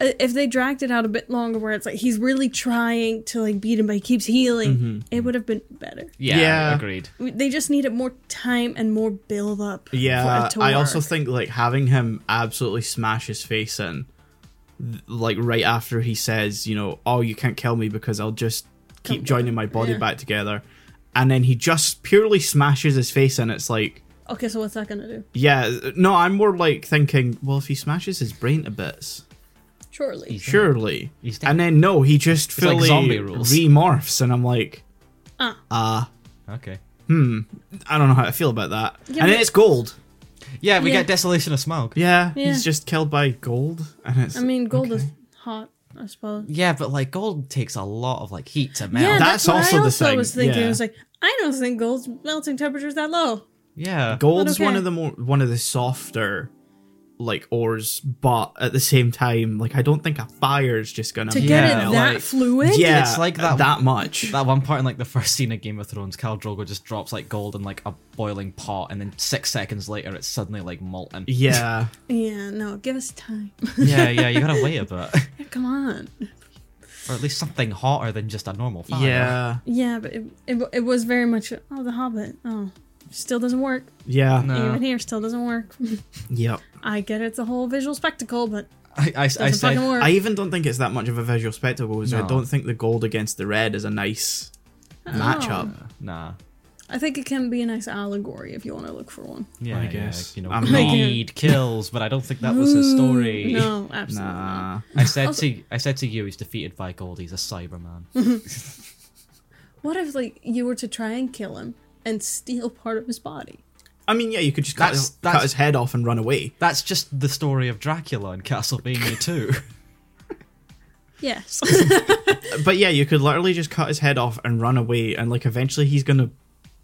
Speaker 3: i- If they dragged it out a bit longer, where it's like he's really trying to like beat him, but he keeps healing,
Speaker 1: Mm-hmm.
Speaker 3: it would have been better.
Speaker 2: Yeah,
Speaker 1: Yeah.
Speaker 2: agreed.
Speaker 3: We- They just needed more time and more build up.
Speaker 1: Yeah,
Speaker 3: to
Speaker 1: I also
Speaker 3: work.
Speaker 1: think like having him absolutely smash his face in, th- like right after he says, you know, oh, you can't kill me because I'll just keep
Speaker 3: Come-
Speaker 1: joining my body
Speaker 3: yeah.
Speaker 1: back together, and then he just purely smashes his face in. It's like,
Speaker 3: Okay, so what's that gonna do?
Speaker 1: yeah, no, I'm more like thinking, well, if he smashes his brain to bits,
Speaker 3: Surely,
Speaker 1: surely,
Speaker 2: He's dead.
Speaker 1: and then no, he just fully
Speaker 2: like zombie rules.
Speaker 1: remorphs, and I'm like,
Speaker 3: Ah.
Speaker 1: ah,
Speaker 2: Okay.
Speaker 1: I don't know how I feel about that,
Speaker 3: Yeah,
Speaker 1: and then
Speaker 3: but-
Speaker 1: it's gold.
Speaker 2: Yeah, we
Speaker 3: Yeah.
Speaker 2: get desolation of smoke.
Speaker 1: Yeah,
Speaker 3: Yeah.
Speaker 1: he's just killed by gold, and it's.
Speaker 3: I mean, gold is hot, I suppose.
Speaker 2: Yeah, but like gold takes a lot of like heat to melt.
Speaker 3: Yeah,
Speaker 2: Yeah,
Speaker 1: that's
Speaker 3: that's, what
Speaker 1: also
Speaker 3: I
Speaker 1: the
Speaker 3: also
Speaker 1: thing,
Speaker 3: was thinking.
Speaker 1: yeah.
Speaker 3: I was like, I don't think gold's melting temperature is that low.
Speaker 1: Gold's
Speaker 3: Not
Speaker 1: one
Speaker 3: okay.
Speaker 1: of the more one of the softer like ores, but at the same time, like I don't think a fire's just gonna
Speaker 3: To get
Speaker 2: Yeah,
Speaker 3: it that
Speaker 1: like-
Speaker 3: fluid,
Speaker 1: yeah,
Speaker 2: It's like that-
Speaker 1: much.
Speaker 2: That one part in like the first scene of Game of Thrones, Khal Drogo just drops like gold in like a boiling pot, and then six seconds later, it's suddenly like molten.
Speaker 1: yeah,
Speaker 3: yeah, no, give us time.
Speaker 2: yeah, yeah, you gotta wait a bit,
Speaker 3: Come on.
Speaker 2: or at least something hotter than just a normal fire.
Speaker 1: yeah,
Speaker 3: Yeah, but it, it, it was very much oh the Hobbit. Oh, still doesn't work.
Speaker 1: yeah,
Speaker 2: No.
Speaker 3: Even here, still doesn't work.
Speaker 1: yep.
Speaker 3: I get it's a whole visual spectacle, but
Speaker 2: I, I, I
Speaker 3: doesn't
Speaker 2: said,
Speaker 3: fucking work.
Speaker 1: I even don't think it's that much of a visual spectacle. Because I
Speaker 2: No.
Speaker 1: don't think the gold against the red is a nice
Speaker 3: Oh.
Speaker 1: matchup.
Speaker 2: nah.
Speaker 3: I think it can be a nice allegory if you want to look for one.
Speaker 2: Yeah,
Speaker 1: I
Speaker 2: yeah,
Speaker 1: guess.
Speaker 2: you know,
Speaker 1: I'm
Speaker 3: not-
Speaker 2: greed kills, but I don't think that was his
Speaker 3: Ooh,
Speaker 2: story.
Speaker 3: Mm, No, absolutely. Not.
Speaker 1: Nah,
Speaker 2: I said
Speaker 3: Also-
Speaker 2: to I said to you, he's defeated by gold. He's a Cyberman.
Speaker 3: What if like you were to try and kill him and steal part of his body?
Speaker 1: I mean, yeah, you could just cut,
Speaker 2: That's-
Speaker 1: his, cut
Speaker 2: that's-
Speaker 1: his head off and run away.
Speaker 2: That's just the story of Dracula in Castlevania too.
Speaker 3: Yes.
Speaker 1: But yeah, you could literally just cut his head off and run away, and like eventually he's gonna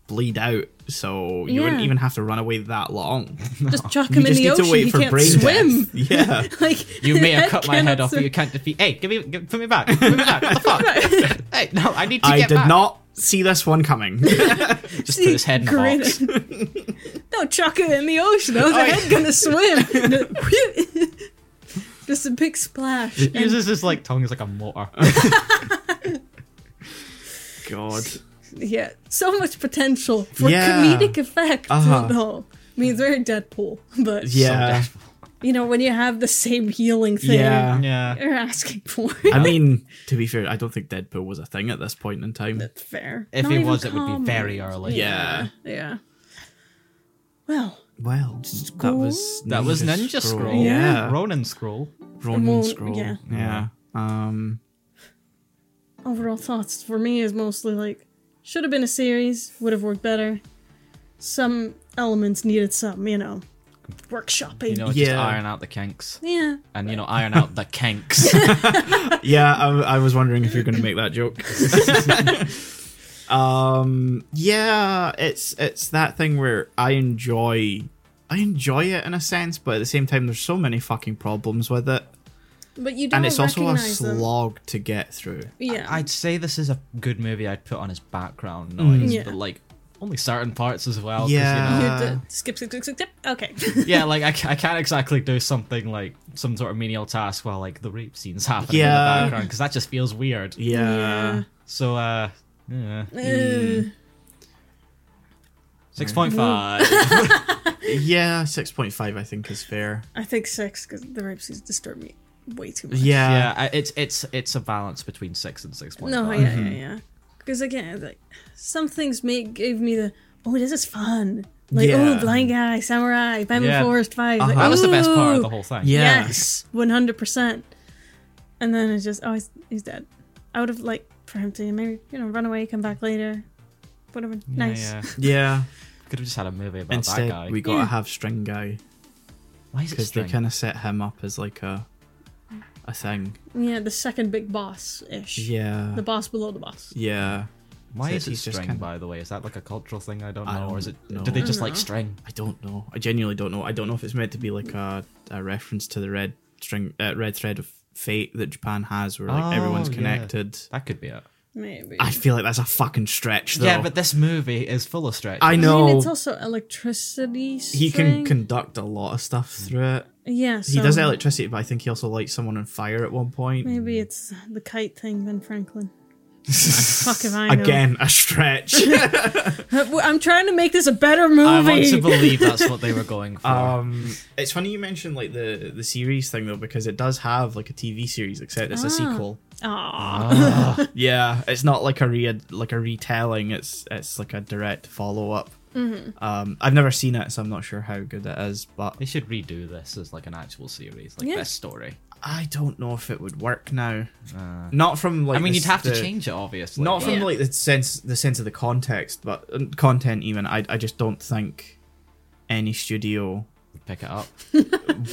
Speaker 1: bleed out. So you wouldn't
Speaker 3: Yeah.
Speaker 1: even have to run away that long.
Speaker 3: just chuck him in the ocean. He can't
Speaker 1: death.
Speaker 3: swim.
Speaker 1: Yeah.
Speaker 3: Like
Speaker 2: You may have
Speaker 3: that
Speaker 2: cut my head
Speaker 3: cannot
Speaker 2: off, but
Speaker 3: swim.
Speaker 2: you can't defeat. Hey, give me, give, put me back. Put me back. What the fuck? hey, no, I need to
Speaker 1: I
Speaker 2: get
Speaker 1: did
Speaker 2: back.
Speaker 1: not see this one coming.
Speaker 2: just put his head in a
Speaker 3: Great.
Speaker 2: box.
Speaker 3: no, chuck it in the ocean. How's the head gonna swim? Just a big splash.
Speaker 2: He uses his like tongue as like a motor.
Speaker 1: God.
Speaker 3: Yeah, so much potential for
Speaker 1: Yeah.
Speaker 3: comedic effect.
Speaker 1: Uh-huh.
Speaker 3: Though I mean, it's very Deadpool, but
Speaker 1: Yeah.
Speaker 2: So
Speaker 3: you know, when you have the same healing thing
Speaker 1: Yeah.
Speaker 2: Yeah.
Speaker 3: you're asking for.
Speaker 1: I mean, to be fair, I don't think Deadpool was a thing at this point in time.
Speaker 3: That's fair.
Speaker 2: If
Speaker 3: Not
Speaker 2: it
Speaker 3: even
Speaker 2: was, it would be very
Speaker 3: common.
Speaker 2: early.
Speaker 1: Yeah.
Speaker 3: Yeah. Well,
Speaker 1: Well, that was
Speaker 2: That was Ninja Scroll.
Speaker 1: Yeah,
Speaker 2: Ronin Scroll.
Speaker 1: Ronin
Speaker 3: Well,
Speaker 1: Scroll.
Speaker 3: yeah. Mm-hmm.
Speaker 1: yeah. Um,
Speaker 3: overall thoughts for me is mostly like should have been a series, would have worked better. Some elements needed some, you know, workshopping.
Speaker 2: You know, just
Speaker 1: Yeah.
Speaker 2: iron out the kinks.
Speaker 3: yeah.
Speaker 2: And, you know, iron out the kinks.
Speaker 1: yeah, I, I was wondering if you're going to make that joke. um, yeah, it's it's that thing where I enjoy, I enjoy it in a sense, but at the same time, there's so many fucking problems with it,
Speaker 3: But you don't
Speaker 1: and it's also a
Speaker 3: recognize them.
Speaker 1: slog to get through.
Speaker 3: yeah.
Speaker 2: I'd say this is a good movie I'd put on as background noise,
Speaker 3: Yeah.
Speaker 2: but, like, only certain parts as well. 'cause,
Speaker 1: Mm. Yeah.
Speaker 2: You know,
Speaker 3: You did- skip, skip, skip, skip, skip. Okay.
Speaker 2: yeah, like, I, ca- I can't exactly do something like some sort of menial task while, like, the rape scene's happening in
Speaker 1: Yeah.
Speaker 2: the background, because that just feels weird.
Speaker 1: Yeah,
Speaker 2: So, uh, yeah.
Speaker 3: Yeah.
Speaker 2: Mm.
Speaker 3: Uh, Ugh.
Speaker 2: 6.5.
Speaker 1: yeah, six point five I think is fair.
Speaker 3: I think six because the rape scenes disturb me way too much.
Speaker 1: Yeah,
Speaker 2: yeah, I- it's it's it's a balance between 6 and 6.5.
Speaker 3: No, yeah,
Speaker 1: Mm-hmm.
Speaker 3: yeah, yeah. Because again, like some things make gave me the oh, this is fun. Like
Speaker 1: Yeah.
Speaker 3: oh, blind guy, samurai, Batman
Speaker 2: Yeah.
Speaker 3: Forest Five.
Speaker 1: Uh-huh.
Speaker 3: Like,
Speaker 2: That was the best part of the
Speaker 3: ooh.
Speaker 2: whole thing.
Speaker 1: Yeah.
Speaker 3: Yes, one hundred percent. And then it's just oh, he's, he's dead. I would have liked for him to maybe you know run away, come back later, whatever. nice.
Speaker 2: Yeah,
Speaker 1: yeah.
Speaker 2: Could have just had a movie about that guy.
Speaker 1: Instead, we gotta
Speaker 3: Yeah.
Speaker 1: have String Guy
Speaker 2: Why is it
Speaker 1: because they
Speaker 2: string?
Speaker 1: kind of set him up as like a a thing.
Speaker 3: Yeah, the second big boss ish.
Speaker 1: Yeah,
Speaker 3: The boss below the boss.
Speaker 1: yeah.
Speaker 2: Why
Speaker 1: So
Speaker 2: is it
Speaker 1: he's just
Speaker 2: string?
Speaker 1: kinda-
Speaker 2: By the way, is that like a cultural thing? I don't know,
Speaker 1: I
Speaker 2: or is it?
Speaker 1: don't know.
Speaker 2: Do they just
Speaker 3: I
Speaker 2: like
Speaker 3: dunno.
Speaker 2: string?
Speaker 1: I don't know. I genuinely don't know. I don't know if it's meant to be like a, a reference to the red string, uh, red thread of fate that Japan has, where like
Speaker 2: Oh,
Speaker 1: everyone's
Speaker 2: yeah.
Speaker 1: connected.
Speaker 2: That could be it.
Speaker 3: Maybe.
Speaker 1: I feel like that's a fucking stretch, though.
Speaker 2: Yeah, but this movie is full of stretch.
Speaker 1: I
Speaker 3: I
Speaker 1: know
Speaker 3: mean, it's also electricity.
Speaker 1: he can
Speaker 3: string.
Speaker 1: conduct a lot of stuff through it.
Speaker 3: Yeah,
Speaker 1: He does
Speaker 3: so
Speaker 1: electricity, but I think he also lights someone on fire at one point.
Speaker 3: Maybe it's the kite thing, Ben Franklin. Fuck if I know.
Speaker 1: Again, a stretch.
Speaker 3: I'm trying to make this a better movie.
Speaker 2: I want to believe that's what they were going for.
Speaker 1: um, it's funny you mentioned like the the series thing though, because it does have like a TV series, except it's
Speaker 3: Ah.
Speaker 1: a sequel.
Speaker 3: Aw.
Speaker 2: Ah,
Speaker 1: Yeah, it's not like a re like a retelling. It's it's like a direct follow up. Um, I've never seen it, so I'm not sure how good it is. But
Speaker 2: they should redo this as like an actual series, like
Speaker 3: Yeah.
Speaker 2: this story.
Speaker 1: I don't know if it would work now.
Speaker 2: Uh,
Speaker 1: Not from like
Speaker 2: I mean,
Speaker 1: the-
Speaker 2: you'd have to
Speaker 1: the-
Speaker 2: change it, obviously.
Speaker 1: Not
Speaker 2: but-
Speaker 1: from
Speaker 3: Yeah.
Speaker 1: like the sense the sense of the context, but uh, content even. I I just don't think any studio
Speaker 2: pick it up.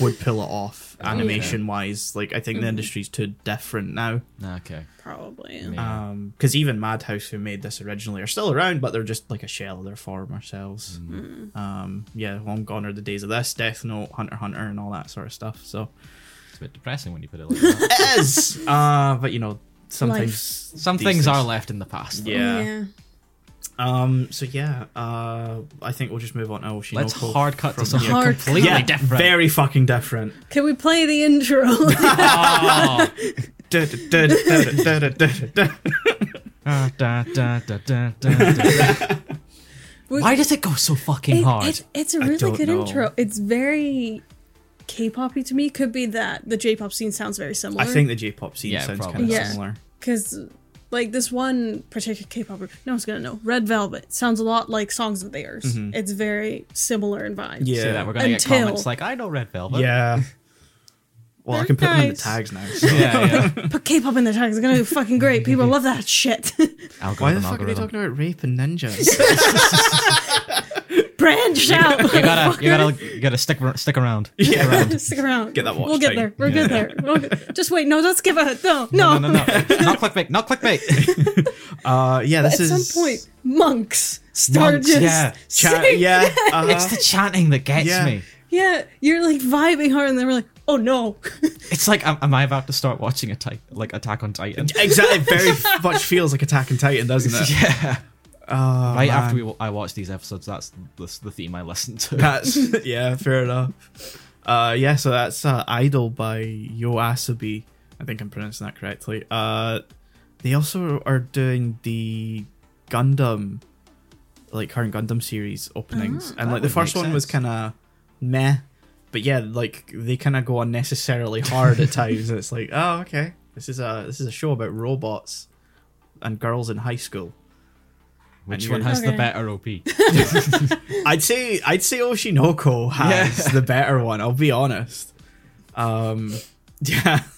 Speaker 1: would pull it off animation wise. Like I think the industry's too different now.
Speaker 2: Okay.
Speaker 3: Probably.
Speaker 2: Yeah.
Speaker 1: Um, because even Madhouse, who made this originally, are still around, but they're just like a shell of their former selves.
Speaker 2: Mm-hmm.
Speaker 3: Mm.
Speaker 1: Um, yeah, long gone are the days of this, Death Note, Hunter x Hunter, and all that sort of stuff. So
Speaker 2: It's a bit depressing when you put it like that.
Speaker 1: it is. Uh, but you know, sometimes
Speaker 2: Some
Speaker 1: these
Speaker 2: things are left in the past. though.
Speaker 1: Yeah. Um. So yeah. Uh, I think we'll just move on to Oshinoko.
Speaker 2: Let's hard cut to
Speaker 1: from
Speaker 2: something
Speaker 1: here.
Speaker 3: Hard cut.
Speaker 2: completely
Speaker 1: yeah,
Speaker 2: different.
Speaker 1: very fucking different.
Speaker 3: Can we play the intro?
Speaker 2: Oh. Why
Speaker 3: We-
Speaker 2: does it go so fucking
Speaker 3: It-
Speaker 2: hard?
Speaker 3: it- it's a
Speaker 1: I
Speaker 3: really
Speaker 1: don't
Speaker 3: good
Speaker 1: know.
Speaker 3: intro. It's very K-poppy to me. Could be that the J-pop scene sounds very similar.
Speaker 1: I think the J-pop scene
Speaker 2: Yeah,
Speaker 1: sounds
Speaker 2: probably.
Speaker 1: kind of
Speaker 3: Yeah.
Speaker 1: similar.
Speaker 3: because like this one particular K-pop group, no one's gonna know. Red Velvet sounds a lot like songs of theirs. It's very similar in vibes.
Speaker 1: Yeah.
Speaker 2: Say that we're gonna
Speaker 3: Until-
Speaker 2: get comments like, "I know Red Velvet."
Speaker 1: Yeah. Well, I can put them in the
Speaker 3: Nice.
Speaker 1: tags now. so-
Speaker 2: yeah, yeah.
Speaker 3: Put K-pop in the tag. It's gonna be fucking great. People love that shit.
Speaker 2: Algorithm,
Speaker 1: Why the fuck are they
Speaker 2: algorithm.
Speaker 1: talking about rape and ninjas?
Speaker 3: Branch out.
Speaker 2: You gotta, you gotta, you gotta stick, ar- stick around.
Speaker 1: yeah.
Speaker 3: Stick around.
Speaker 1: Get that watch
Speaker 3: We'll get
Speaker 1: time.
Speaker 3: there. We're good there. We'll get- Just wait. No, don't skip ahead. No, no.
Speaker 2: no, no, no, not clickbait, not clickbait.
Speaker 1: Uh, yeah. This
Speaker 3: At
Speaker 1: is
Speaker 3: some point, monks start
Speaker 2: Monks,
Speaker 3: just
Speaker 2: yeah.
Speaker 1: Cha-
Speaker 3: singing.
Speaker 1: yeah. uh-huh.
Speaker 2: It's the chanting that gets
Speaker 1: Yeah.
Speaker 2: me.
Speaker 3: Yeah, You're like vibing hard, and then we're like, oh no.
Speaker 2: It's like, am, am I about to start watching a type, like Attack on Titan?
Speaker 1: exactly. It very much feels like Attack on Titan, doesn't it?
Speaker 2: Yeah.
Speaker 1: Oh,
Speaker 2: right
Speaker 1: man.
Speaker 2: after we, wa- I watch these episodes, that's the, the theme I listen to.
Speaker 1: That's yeah, fair enough. Uh, yeah, so that's uh, Idol by Yo Asobi. I think I'm pronouncing that correctly. Uh, they also are doing the Gundam, like current Gundam series openings, and
Speaker 2: Ah, that
Speaker 1: like the
Speaker 2: would
Speaker 1: first
Speaker 2: make
Speaker 1: one was
Speaker 2: sense.
Speaker 1: kind of meh, but yeah, like they kind of go unnecessarily hard at times. It's like, oh, okay, this is a this is a show about robots and girls in high school.
Speaker 2: Which
Speaker 1: And
Speaker 2: one
Speaker 1: you're-
Speaker 2: has
Speaker 3: Okay.
Speaker 2: the better OP?
Speaker 1: I'd say I'd say Oshinoko has
Speaker 2: Yeah.
Speaker 1: the better one. I'll be honest. Um, yeah.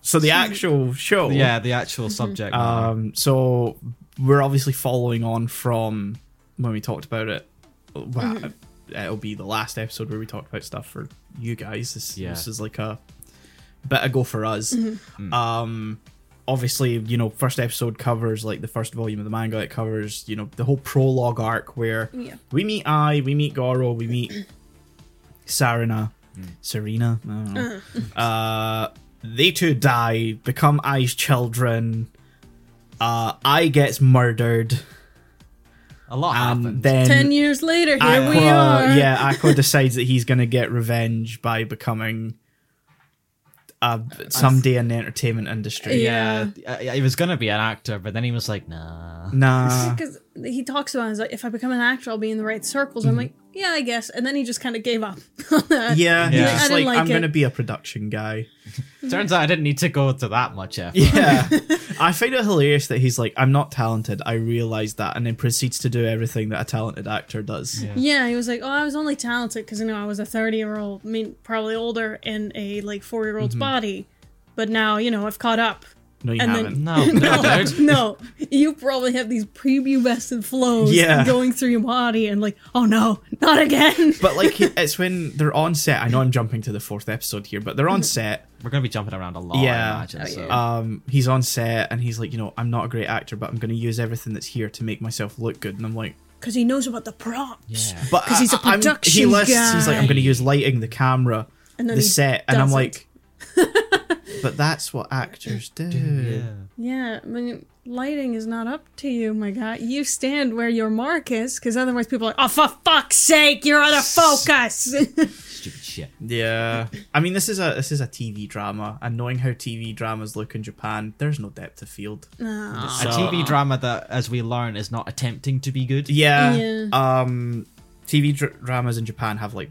Speaker 1: So the actual show,
Speaker 2: yeah, the
Speaker 3: Mm-hmm.
Speaker 2: actual subject. matter.
Speaker 1: Um, so we're obviously following on from when we talked about it. Well, it'll be the last episode where we talked about stuff for you guys. This,
Speaker 2: Yeah.
Speaker 1: this is like a bit of go for us. Um, obviously, you know, first episode covers like the first volume of the manga. It covers you know the whole prologue arc where
Speaker 3: Yeah.
Speaker 1: we meet I, we meet Goro, we meet Sarina, Serena. I don't know.
Speaker 3: Uh-huh.
Speaker 1: Uh, they two die, become I's children. Uh, I gets murdered,
Speaker 2: a lot
Speaker 1: and
Speaker 2: happened.
Speaker 1: then
Speaker 3: Ten years later, here
Speaker 1: Aqua,
Speaker 3: we are.
Speaker 1: yeah, Aqua decides that he's gonna get revenge by becoming uh, someday in the entertainment industry.
Speaker 2: yeah, yeah, he was gonna be an actor, but then he was like, nah.
Speaker 1: Nah,
Speaker 3: Because he talks about it, he's like, if I become an actor, I'll be in the right circles. I'm like, yeah, I guess. And then he just kind of gave up on that.
Speaker 1: Mm-hmm. yeah, he's
Speaker 2: Yeah.
Speaker 1: just
Speaker 3: I
Speaker 1: like,
Speaker 3: didn't like
Speaker 1: I'm
Speaker 3: it.
Speaker 1: gonna be a production guy.
Speaker 2: Turns out I didn't need to go to that much effort.
Speaker 1: Yeah. I find it hilarious that he's like, I'm not talented. I realize that. And then proceeds to do everything that a talented actor does.
Speaker 2: Yeah.
Speaker 3: Yeah, he was like, "Oh, I was only talented because you know I was a thirty-year-old, I mean, probably older, in a like four-year-old's body, but now you know I've caught up."
Speaker 1: No, Mm-hmm. you
Speaker 3: And then-
Speaker 1: haven't.
Speaker 2: No, no,
Speaker 3: No,
Speaker 2: dude.
Speaker 3: no, you probably have these prepubescent flows
Speaker 1: Yeah.
Speaker 3: going through your body, and like, oh no, not again.
Speaker 1: But like, he- it's when they're on set. I know I'm jumping to the fourth episode here, but
Speaker 3: Mm-hmm.
Speaker 1: they're on set.
Speaker 2: We're gonna be jumping around a lot.
Speaker 1: Yeah.
Speaker 2: I imagine,
Speaker 3: Oh,
Speaker 2: so.
Speaker 3: yeah.
Speaker 1: Um, he's on set and he's like, you know, I'm not a great actor, but I'm going to use everything that's here to make myself look good. And I'm like,
Speaker 3: Because he knows about the props.
Speaker 2: yeah.
Speaker 1: but
Speaker 3: 'Cause he's a
Speaker 1: I- I'm- he
Speaker 3: production
Speaker 1: lists, He's like, I'm
Speaker 3: guy.
Speaker 1: going to use lighting, the camera,
Speaker 3: And then
Speaker 1: the
Speaker 3: he
Speaker 1: set, and I'm
Speaker 3: doesn't.
Speaker 1: like, but that's what actors do.
Speaker 2: yeah.
Speaker 3: Yeah, I mean, lighting is not up to you, my guy. You stand where your mark is, because otherwise people are like, oh, for fuck's sake, you're out of focus.
Speaker 2: Stupid shit.
Speaker 1: Yeah, I mean this is a this is a TV drama, and knowing how TV dramas look in Japan, there's no depth of field.
Speaker 3: Aw.
Speaker 2: A TV drama that, as we learn, is not attempting to be good.
Speaker 1: um, Yeah,
Speaker 3: Yeah.
Speaker 1: um, TV dr- dramas in Japan have like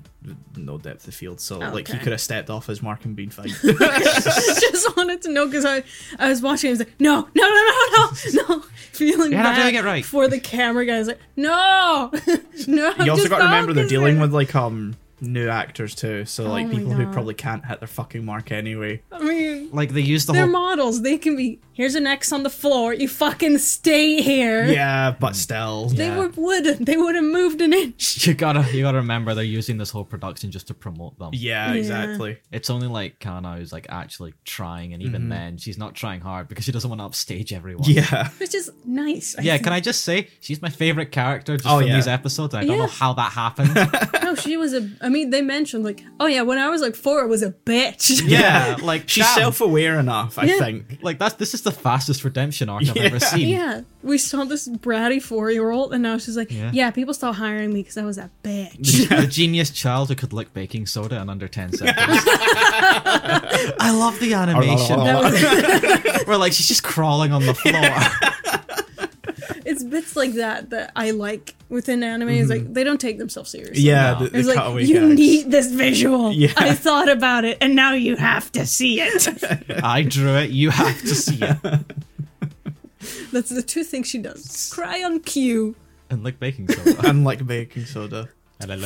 Speaker 1: no depth of field, so like he
Speaker 3: Okay.
Speaker 1: could have stepped off his mark and been fine.
Speaker 3: just wanted to know because I, I was watching. I was like, no, no, no, no, no, no. Feeling
Speaker 2: You're not
Speaker 3: bad
Speaker 2: doing it right.
Speaker 3: For the camera guy, I was like, no, no.
Speaker 1: you also got to remember they're dealing with
Speaker 3: Like,
Speaker 1: like um new actors too, so like
Speaker 3: Oh my
Speaker 1: people who
Speaker 3: God.
Speaker 1: probably can't hit their fucking mark anyway.
Speaker 3: I mean,
Speaker 2: Like they use the
Speaker 3: they're
Speaker 2: whole
Speaker 3: models. They can be. Here's an X on the floor. You fucking stay here.
Speaker 1: Yeah, but still,
Speaker 3: They
Speaker 2: Yeah.
Speaker 3: were wooden. They would have moved an inch.
Speaker 2: you gotta you gotta remember they're using this whole production just to promote them.
Speaker 1: yeah, exactly.
Speaker 2: It's only like Kana who's like actually trying, and even then she's not trying hard because she doesn't want to upstage everyone.
Speaker 1: Mm-hmm. Yeah,
Speaker 3: Which is nice. I
Speaker 2: Yeah,
Speaker 3: think.
Speaker 2: can I just say she's my favorite character just
Speaker 1: Oh,
Speaker 2: from
Speaker 1: yeah.
Speaker 2: these episodes? and I don't know
Speaker 3: Yeah.
Speaker 2: how that happened.
Speaker 3: No, she was a. I mean, they mentioned like, oh yeah, when I was like four, it was a bitch.
Speaker 1: yeah.
Speaker 2: like
Speaker 1: She's
Speaker 2: damn.
Speaker 1: self-aware enough, I
Speaker 3: Yeah.
Speaker 1: think.
Speaker 2: Like that's this is the fastest redemption arc I've ever
Speaker 1: Yeah.
Speaker 2: seen.
Speaker 3: Yeah, we saw this bratty four year old, and now she's like,
Speaker 2: Yeah.
Speaker 3: yeah, people stopped hiring me because I was a bitch.
Speaker 2: the genius child who could lick baking soda in under 10 seconds. I love the animation.
Speaker 3: That was,
Speaker 2: Where like she's just crawling on the floor.
Speaker 3: it's bits like that that I like within anime. Is like they don't take themselves seriously.
Speaker 1: Mm-hmm. Yeah,
Speaker 2: No.
Speaker 1: the, the
Speaker 3: It's
Speaker 1: cutaway
Speaker 3: like you
Speaker 1: gags.
Speaker 3: need this visual.
Speaker 1: Yeah.
Speaker 3: I thought about it, and now you have to see it.
Speaker 2: I drew it, you have to see it.
Speaker 3: That's the two things she does: cry on cue
Speaker 2: And lick baking soda.
Speaker 1: and like baking soda.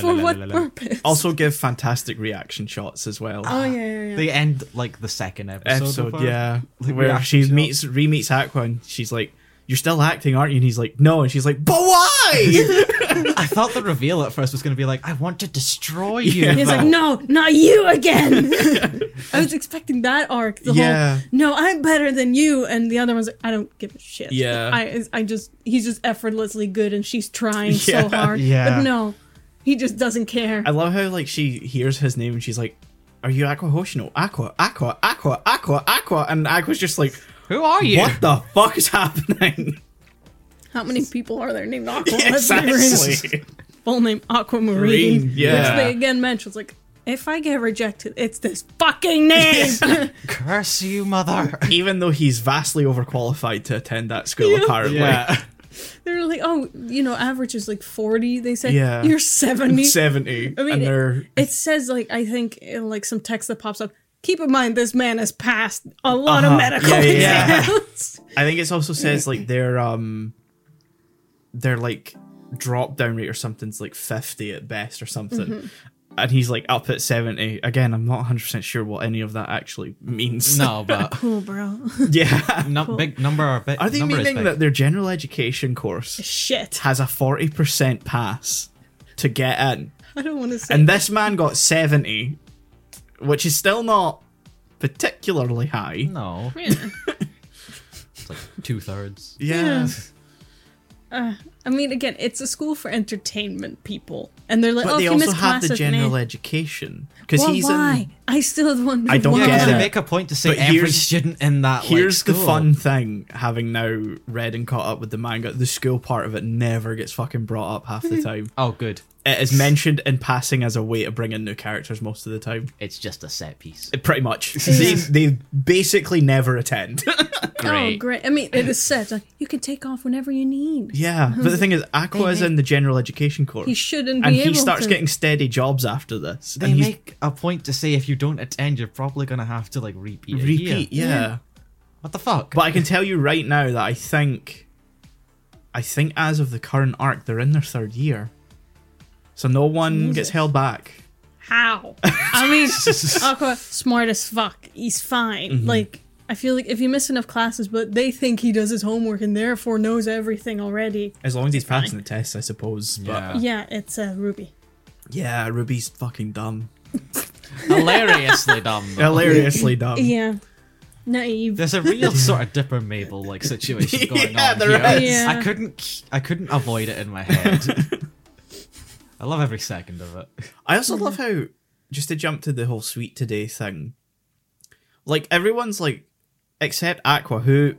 Speaker 3: for what purpose?
Speaker 1: Also, give fantastic reaction shots as well.
Speaker 3: oh yeah, yeah, yeah.
Speaker 2: They end like the second episode.
Speaker 1: episode,
Speaker 2: of her.
Speaker 1: yeah,
Speaker 2: Like,
Speaker 1: where
Speaker 2: reaction
Speaker 1: she
Speaker 2: shots.
Speaker 1: meets re meets Aqua, and she's like, "You're still acting, aren't you?" And he's like, "No," and she's like, "But why?"
Speaker 2: I thought the reveal at first was going to be like, I want to destroy you.
Speaker 1: Yeah.
Speaker 3: He's
Speaker 2: but
Speaker 3: like, no, not you again. I was expecting that arc. The
Speaker 1: Yeah.
Speaker 3: whole, no, I'm better than you. And the other one's like, I don't give a shit.
Speaker 1: Yeah.
Speaker 3: I, I just, he's just effortlessly good and she's trying
Speaker 1: Yeah,
Speaker 3: so hard.
Speaker 2: yeah.
Speaker 3: But no, he just doesn't care.
Speaker 1: I love how like she hears his name and she's like, "Are you Aqua Hoshino? Aqua, Aqua, Aqua, Aqua, Aqua," and Aqua's just like,
Speaker 2: Who are you?
Speaker 1: "What the fuck is happening?"
Speaker 3: How many people are there named Aqua? That's their
Speaker 1: exactly.
Speaker 3: full name, Aquamarine.
Speaker 1: Marine, yeah.
Speaker 3: Which they again mention. It's like, if I get rejected, it's this fucking name.
Speaker 2: Curse you, mother.
Speaker 1: Even though he's vastly overqualified to attend that school,
Speaker 3: Yeah.
Speaker 1: apparently.
Speaker 3: They're like, oh, you know, average is like 40. They said,
Speaker 1: Yeah.
Speaker 3: you're 70.
Speaker 1: 70
Speaker 3: I mean,
Speaker 1: and
Speaker 3: it-
Speaker 1: they're
Speaker 3: It says, like, I think, in, like, some text that pops up. Keep in mind, this man has passed a lot
Speaker 1: Uh-huh.
Speaker 3: of medical
Speaker 1: Yeah, yeah, yeah.
Speaker 3: exams.
Speaker 1: I think it also says like their um their like drop down rate or something's like fifty at best or something.
Speaker 3: Mm-hmm.
Speaker 1: And he's like up at seventy. Again, I'm not 100 percent sure what any of that actually means.
Speaker 2: no, but
Speaker 3: cool, bro.
Speaker 1: yeah.
Speaker 2: num- big number are big.
Speaker 1: Are they
Speaker 2: number is
Speaker 1: meaning
Speaker 2: big.
Speaker 1: that their general education course
Speaker 3: Shit.
Speaker 1: has a forty percent pass to get in?
Speaker 3: I don't want to say.
Speaker 1: And this man got seventy, which is still not particularly high.
Speaker 2: No,
Speaker 3: Yeah.
Speaker 2: it's like two thirds.
Speaker 1: Yeah.
Speaker 3: Uh, I mean, again, it's a school for entertainment people, and they're like,
Speaker 1: But
Speaker 3: "Oh,
Speaker 1: they
Speaker 3: if you
Speaker 1: also
Speaker 3: miss
Speaker 1: have
Speaker 3: class
Speaker 1: the
Speaker 3: with me."
Speaker 1: general education. Because
Speaker 3: Well,
Speaker 1: he's
Speaker 3: why?
Speaker 1: in
Speaker 3: I still wonder.
Speaker 1: I don't
Speaker 3: why.
Speaker 2: Yeah, 'cause
Speaker 1: Yeah.
Speaker 2: they make a point to say
Speaker 1: But
Speaker 2: every
Speaker 1: here's-
Speaker 2: student in that. like,
Speaker 1: Here's the
Speaker 2: school.
Speaker 1: fun thing, having now read and caught up with the manga, the school part of it never gets fucking brought up half
Speaker 3: Mm-hmm.
Speaker 1: the time.
Speaker 2: Oh, good.
Speaker 1: it is mentioned in passing as a way to bring in new characters most of the time.
Speaker 2: It's just a set piece.
Speaker 1: It- pretty much. they, they basically never attend.
Speaker 3: Oh, great! I mean, it is said like, you can take off whenever you need.
Speaker 1: yeah, but the thing is, Aqua is
Speaker 3: They-
Speaker 1: in the general education course.
Speaker 3: He shouldn't
Speaker 1: and
Speaker 3: be
Speaker 1: he
Speaker 3: able
Speaker 1: starts
Speaker 3: to.
Speaker 1: getting steady jobs after this.
Speaker 2: They
Speaker 1: and he's
Speaker 2: make a point to say if you don't attend, you're probably gonna have to like repeat. a year.
Speaker 1: repeat, yeah.
Speaker 2: What the fuck?
Speaker 1: But I can tell you right now that I think, I think as of the current arc, they're in their third year, so no one gets held back.
Speaker 3: How? I mean, Aqua smart as fuck. He's fine.
Speaker 1: Mm-hmm.
Speaker 3: Like, I feel like if you miss enough classes, but they think he does his homework and therefore knows everything already.
Speaker 1: As long as he's passing the tests, I suppose. But
Speaker 2: Yeah.
Speaker 3: Yeah, it's uh, Ruby.
Speaker 1: yeah, Ruby's fucking dumb.
Speaker 2: hilariously dumb. Though.
Speaker 1: Hilariously dumb.
Speaker 3: Yeah, naive.
Speaker 2: There's a real sort of Dipper Mabel like situation going
Speaker 1: Yeah,
Speaker 2: on
Speaker 1: there
Speaker 2: here.
Speaker 1: is.
Speaker 3: Yeah.
Speaker 2: I couldn't, k- I couldn't avoid it in my head. I love every second of it.
Speaker 1: I also love how just to jump to the whole sweet today thing. Like everyone's like, except Aqua, who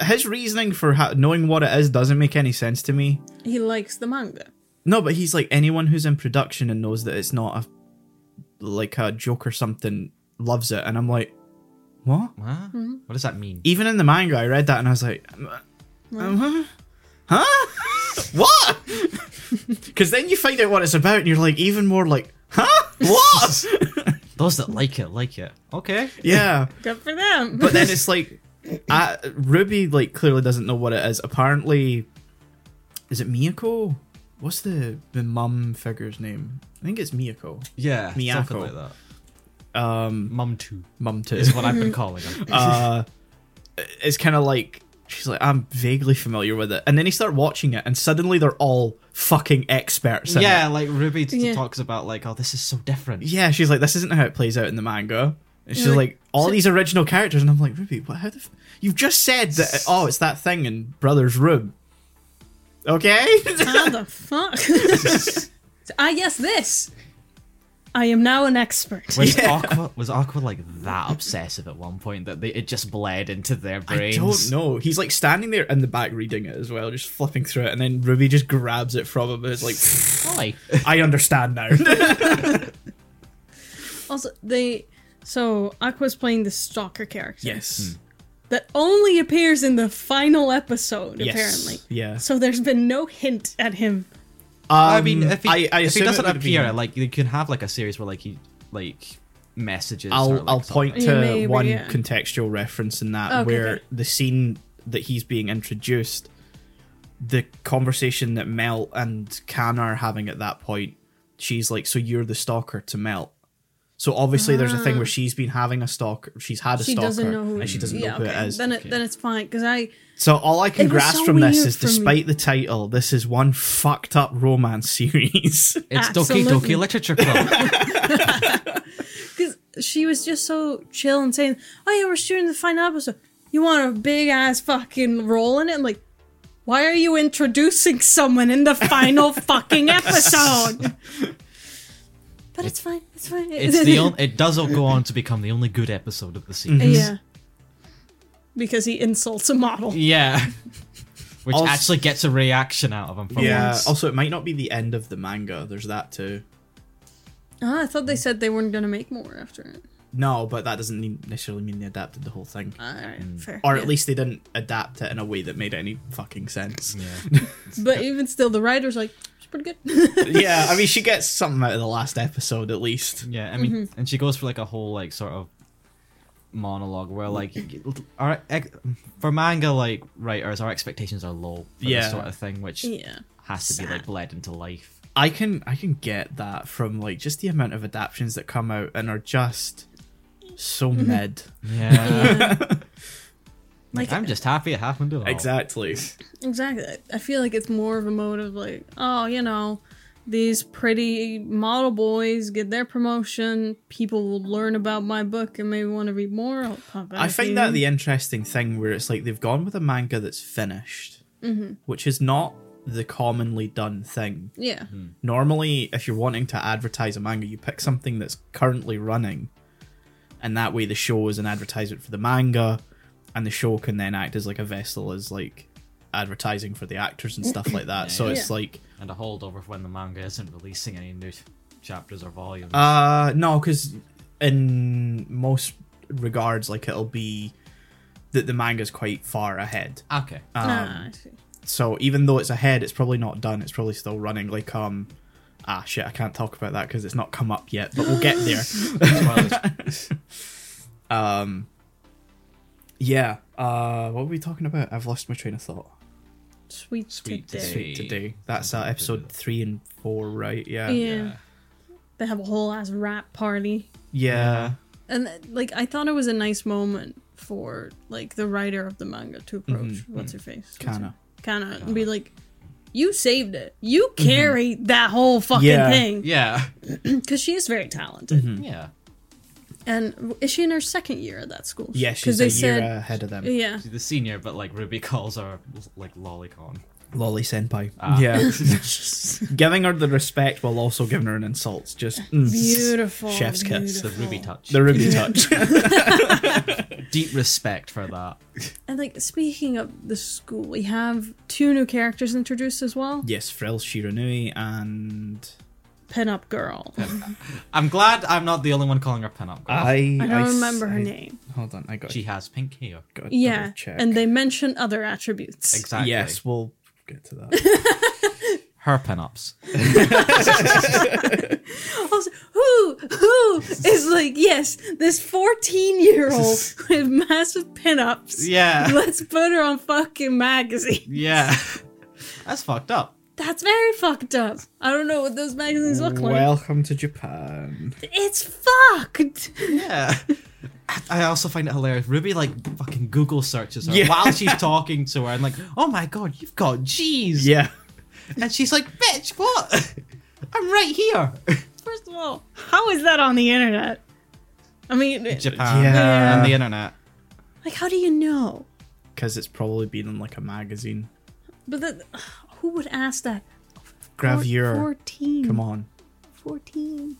Speaker 1: his reasoning for ha- knowing what it is doesn't make any sense to me.
Speaker 3: he likes the manga.
Speaker 1: No, but he's like anyone who's in production and knows that it's not a like a joke or something loves it, and I'm like, what?
Speaker 2: Huh? What does that mean?
Speaker 1: Even in the manga, I read that and I was like, um, huh? Huh? what? Because then you find out what it's about, and you're like even more like, huh? What?
Speaker 2: Those that like it, like it. Okay.
Speaker 1: yeah.
Speaker 3: Good for them.
Speaker 1: But then it's like, I, Ruby like clearly doesn't know what it is. Apparently, is it Miyako? What's the the mum figure's name? I think it's Miyako.
Speaker 2: Yeah. Something
Speaker 1: Miyako.
Speaker 2: like that.
Speaker 1: Um,
Speaker 2: Mum two
Speaker 1: mum too.
Speaker 2: is what I've been calling them.
Speaker 1: uh, it's kind of like she's like I'm vaguely familiar with it, and then you start watching it, and suddenly they're all fucking experts. in
Speaker 2: yeah,
Speaker 1: it.
Speaker 2: like Ruby t-
Speaker 3: Yeah.
Speaker 2: talks about like, oh, this is so different.
Speaker 1: yeah. She's like, this isn't how it plays out in the manga. And she's
Speaker 3: like,
Speaker 1: like, all
Speaker 3: so-
Speaker 1: these original characters, and I'm like, Ruby, what? How the? F- You've just said that. Oh, it's that thing in Brothers Room. Okay.
Speaker 3: How the fuck? I guess this. I am now an expert.
Speaker 2: Was Aqua was Aqua like that obsessive at one point that they it just bled into their
Speaker 1: I
Speaker 2: brains?
Speaker 1: don't know. He's like standing there in the back reading it as well, just flipping through it, and then Ruby just grabs it from him and is like,
Speaker 2: Why?
Speaker 1: "I understand now."
Speaker 3: Also, they. So, Aqua's playing the stalker character.
Speaker 1: yes.
Speaker 3: That only appears in the final episode,
Speaker 1: Yes.
Speaker 3: apparently.
Speaker 1: Yeah.
Speaker 3: So, there's been no hint at him.
Speaker 2: I mean, if he,
Speaker 1: I, I
Speaker 2: if he
Speaker 1: assume it
Speaker 2: doesn't
Speaker 1: would be-
Speaker 2: appear, like you can have like a series where like he like messages. or,
Speaker 1: I'll
Speaker 2: like,
Speaker 1: I'll
Speaker 2: something.
Speaker 1: point to
Speaker 3: Yeah, maybe,
Speaker 1: one
Speaker 3: yeah. Oh,
Speaker 1: contextual reference in that
Speaker 3: Okay,
Speaker 1: where
Speaker 3: okay.
Speaker 1: the scene that he's being introduced, the conversation that Mel and Can are having at that point, she's like, "So you're the stalker to Mel." So obviously, there's a thing where she's been having a stalker. She's had a
Speaker 3: Ah. She
Speaker 1: stalker,
Speaker 3: doesn't know who
Speaker 1: and she doesn't
Speaker 3: yeah,
Speaker 1: know who
Speaker 3: okay.
Speaker 1: it is.
Speaker 3: Then, it, then it's fine, because I.
Speaker 1: so all I can
Speaker 3: It was
Speaker 1: grasp
Speaker 3: so
Speaker 1: from this
Speaker 3: weird
Speaker 1: is,
Speaker 3: for me.
Speaker 1: despite the title, this is one fucked up romance series.
Speaker 2: It's Doki
Speaker 3: Absolutely.
Speaker 2: Doki Literature Club.
Speaker 3: Because she was just so chill and saying, Oh, yeah, we're shooting the final episode. You want a big ass fucking role in it? I'm like, why are you introducing someone in the final fucking episode? But it's fine. It's fine.
Speaker 2: it's the only. It does all go on to become the only good episode of the
Speaker 1: Mm-hmm.
Speaker 2: series.
Speaker 3: Yeah. Because he insults a model.
Speaker 2: Yeah. Which
Speaker 1: Also-
Speaker 2: actually gets a reaction out of him. For
Speaker 1: yeah.
Speaker 2: Once.
Speaker 1: Uh, Also, it might not be the end of the manga. There's that too.
Speaker 3: Ah, I thought they said they weren't going to make more after it.
Speaker 1: No, but that doesn't mean- necessarily mean they adapted the whole thing.
Speaker 3: All right, fair.
Speaker 1: Mm. Or at
Speaker 3: Yeah.
Speaker 1: least they didn't adapt it in a way that made any fucking sense.
Speaker 2: Yeah.
Speaker 3: But even still, the writer's like, it's pretty good.
Speaker 1: yeah, I mean, she gets something out of the last episode at least.
Speaker 2: Yeah, I mean, and she goes for like a whole like sort of monologue where like our ex- for manga like writers our expectations are low for
Speaker 1: Yeah.
Speaker 2: this sort of thing which
Speaker 3: yeah.
Speaker 2: has to be like
Speaker 3: Sad.
Speaker 2: bled into life
Speaker 1: I can I can get that from like just the amount of adaptions that come out and are just so mid.
Speaker 2: yeah like,
Speaker 3: Like-
Speaker 2: i'm just happy it happened at all.
Speaker 1: Exactly.
Speaker 3: Exactly. I- I feel like it's more of a motive like, oh, you know, these pretty model boys get their promotion. People will learn about my book and maybe want to read more. I'll pop
Speaker 1: I
Speaker 3: out
Speaker 1: find
Speaker 3: here.
Speaker 1: that the interesting thing where it's like they've gone with a manga that's finished, which is not the commonly done thing.
Speaker 3: yeah.
Speaker 1: Mm. Normally, if you're wanting to advertise a manga, you pick something that's currently running, and that way the show is an advertisement for the manga, and the show can then act as like a vessel as like advertising for the actors and stuff like that. so
Speaker 2: Yeah.
Speaker 1: it's
Speaker 3: Yeah.
Speaker 1: like
Speaker 2: and a holdover for when the manga isn't releasing any new chapters or volumes
Speaker 1: Uh no, because in most regards, like it'll be that the manga's quite far ahead.
Speaker 2: okay
Speaker 1: Um,
Speaker 3: ah, I see.
Speaker 1: So even though it's ahead, it's probably not done. It's probably still running. Like um, ah shit, I can't talk about that because it's not come up yet. But we'll get there.
Speaker 2: Spoilers.
Speaker 1: um, yeah. Uh, what were we talking about? I've lost my train of thought.
Speaker 3: Sweet,
Speaker 2: Sweet
Speaker 3: today.
Speaker 2: today.
Speaker 1: Sweet today. That's uh, episode three and four, right? Yeah.
Speaker 3: Yeah.
Speaker 2: yeah
Speaker 3: They have a whole ass rap party.
Speaker 1: Yeah.
Speaker 3: And uh, like I thought it was a nice moment for like the writer of the manga to approach what's her face? What's her-
Speaker 1: Mm-hmm. Kana. Mm-hmm.
Speaker 3: Kana and be like, You saved it. You carried that whole fucking
Speaker 1: Yeah. Mm-hmm.
Speaker 3: thing.
Speaker 2: yeah
Speaker 3: Because she is very talented.
Speaker 1: Mm.
Speaker 2: yeah
Speaker 3: And w- is she in her second year at that school?
Speaker 1: Yeah,
Speaker 3: 'Cause
Speaker 1: she's a
Speaker 3: they
Speaker 1: year uh,
Speaker 3: said,
Speaker 1: ahead of them.
Speaker 3: Yeah.
Speaker 2: She's the senior but like ruby calls her like lolicon
Speaker 1: Lolly senpai.
Speaker 2: Ah.
Speaker 1: Yeah. giving her the respect while also giving her an insult. Just mm.
Speaker 3: Beautiful.
Speaker 1: Chef's kiss,
Speaker 2: the
Speaker 3: beautiful.
Speaker 2: ruby touch
Speaker 1: the ruby touch.
Speaker 2: deep respect for that
Speaker 3: And like speaking of the school, we have two new characters introduced as well.
Speaker 1: yes, Frill Shiranui and
Speaker 3: Pinup girl.
Speaker 2: I'm glad I'm not the only one calling her pinup girl.
Speaker 1: I.
Speaker 3: I don't
Speaker 1: s-
Speaker 3: remember her
Speaker 1: I-
Speaker 3: name.
Speaker 1: Hold on, I got.
Speaker 2: Ah. she has pink hair.
Speaker 1: got to
Speaker 3: Yeah.
Speaker 1: double check.
Speaker 3: And they mention other attributes.
Speaker 2: Exactly.
Speaker 1: yes, we'll get to that.
Speaker 2: Her pinups.
Speaker 3: Also, who who is like yes this 14 year old with massive pinups
Speaker 2: Yeah.
Speaker 3: let's put her on fucking magazine
Speaker 2: yeah. That's fucked up.
Speaker 3: that's very fucked up i don't know what those magazines look like
Speaker 1: Welcome to Japan.
Speaker 3: it's fucked
Speaker 2: Yeah. I also find it hilarious. Ruby like fucking Google searches her
Speaker 1: Yeah.
Speaker 2: while she's talking to her and like, oh my god, you've got G's.
Speaker 1: Yeah.
Speaker 2: And she's like, bitch, what? I'm right here.
Speaker 3: first of all how is that on the internet i mean
Speaker 2: Japan
Speaker 1: Yeah.
Speaker 2: and the internet.
Speaker 3: like how do you know
Speaker 1: Because it's probably been in like a magazine.
Speaker 3: but the, who would ask that
Speaker 1: Gravure.
Speaker 3: 14
Speaker 1: Come on.
Speaker 3: 14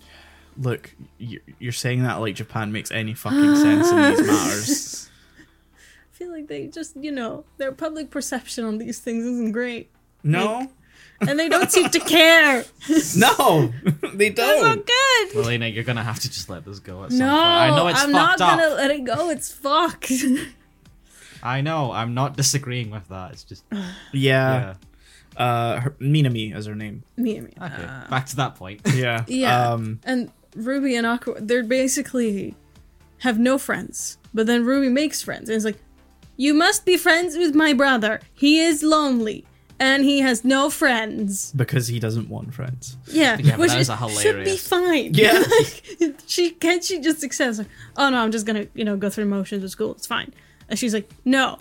Speaker 1: Look, you- you're saying that like Japan makes any fucking sense in these matters.
Speaker 3: i feel like they just you know their public perception on these things isn't great
Speaker 1: No,
Speaker 3: and they don't seem to care.
Speaker 1: no, they
Speaker 3: That's
Speaker 1: don't.
Speaker 3: not good.
Speaker 2: Elena, you're gonna have to just let this go at some
Speaker 3: no,
Speaker 2: point. I know it's
Speaker 3: I'm not
Speaker 2: fucked up.
Speaker 3: gonna let it go. It's fucked.
Speaker 2: I know, I'm not disagreeing with that. It's just
Speaker 1: Yeah.
Speaker 2: yeah.
Speaker 1: Uh, her, Minami is her name.
Speaker 3: me and me.
Speaker 2: Okay.
Speaker 3: Uh,
Speaker 2: Back to that point.
Speaker 1: Yeah.
Speaker 3: yeah.
Speaker 1: Um,
Speaker 3: and Ruby and Aqua, they're basically have no friends. But then Ruby makes friends, and it's like, you must be friends with my brother. He is lonely. And he has no friends.
Speaker 1: because he doesn't want friends.
Speaker 3: Yeah,
Speaker 2: Yeah, but
Speaker 3: which
Speaker 2: that is
Speaker 3: it
Speaker 2: a
Speaker 3: should be
Speaker 2: hilarious-
Speaker 3: fine.
Speaker 1: Yeah.
Speaker 3: like, she can't. She just accepts. Like, oh no, I'm just gonna you know go through the motions of school. It's fine. And she's like, no,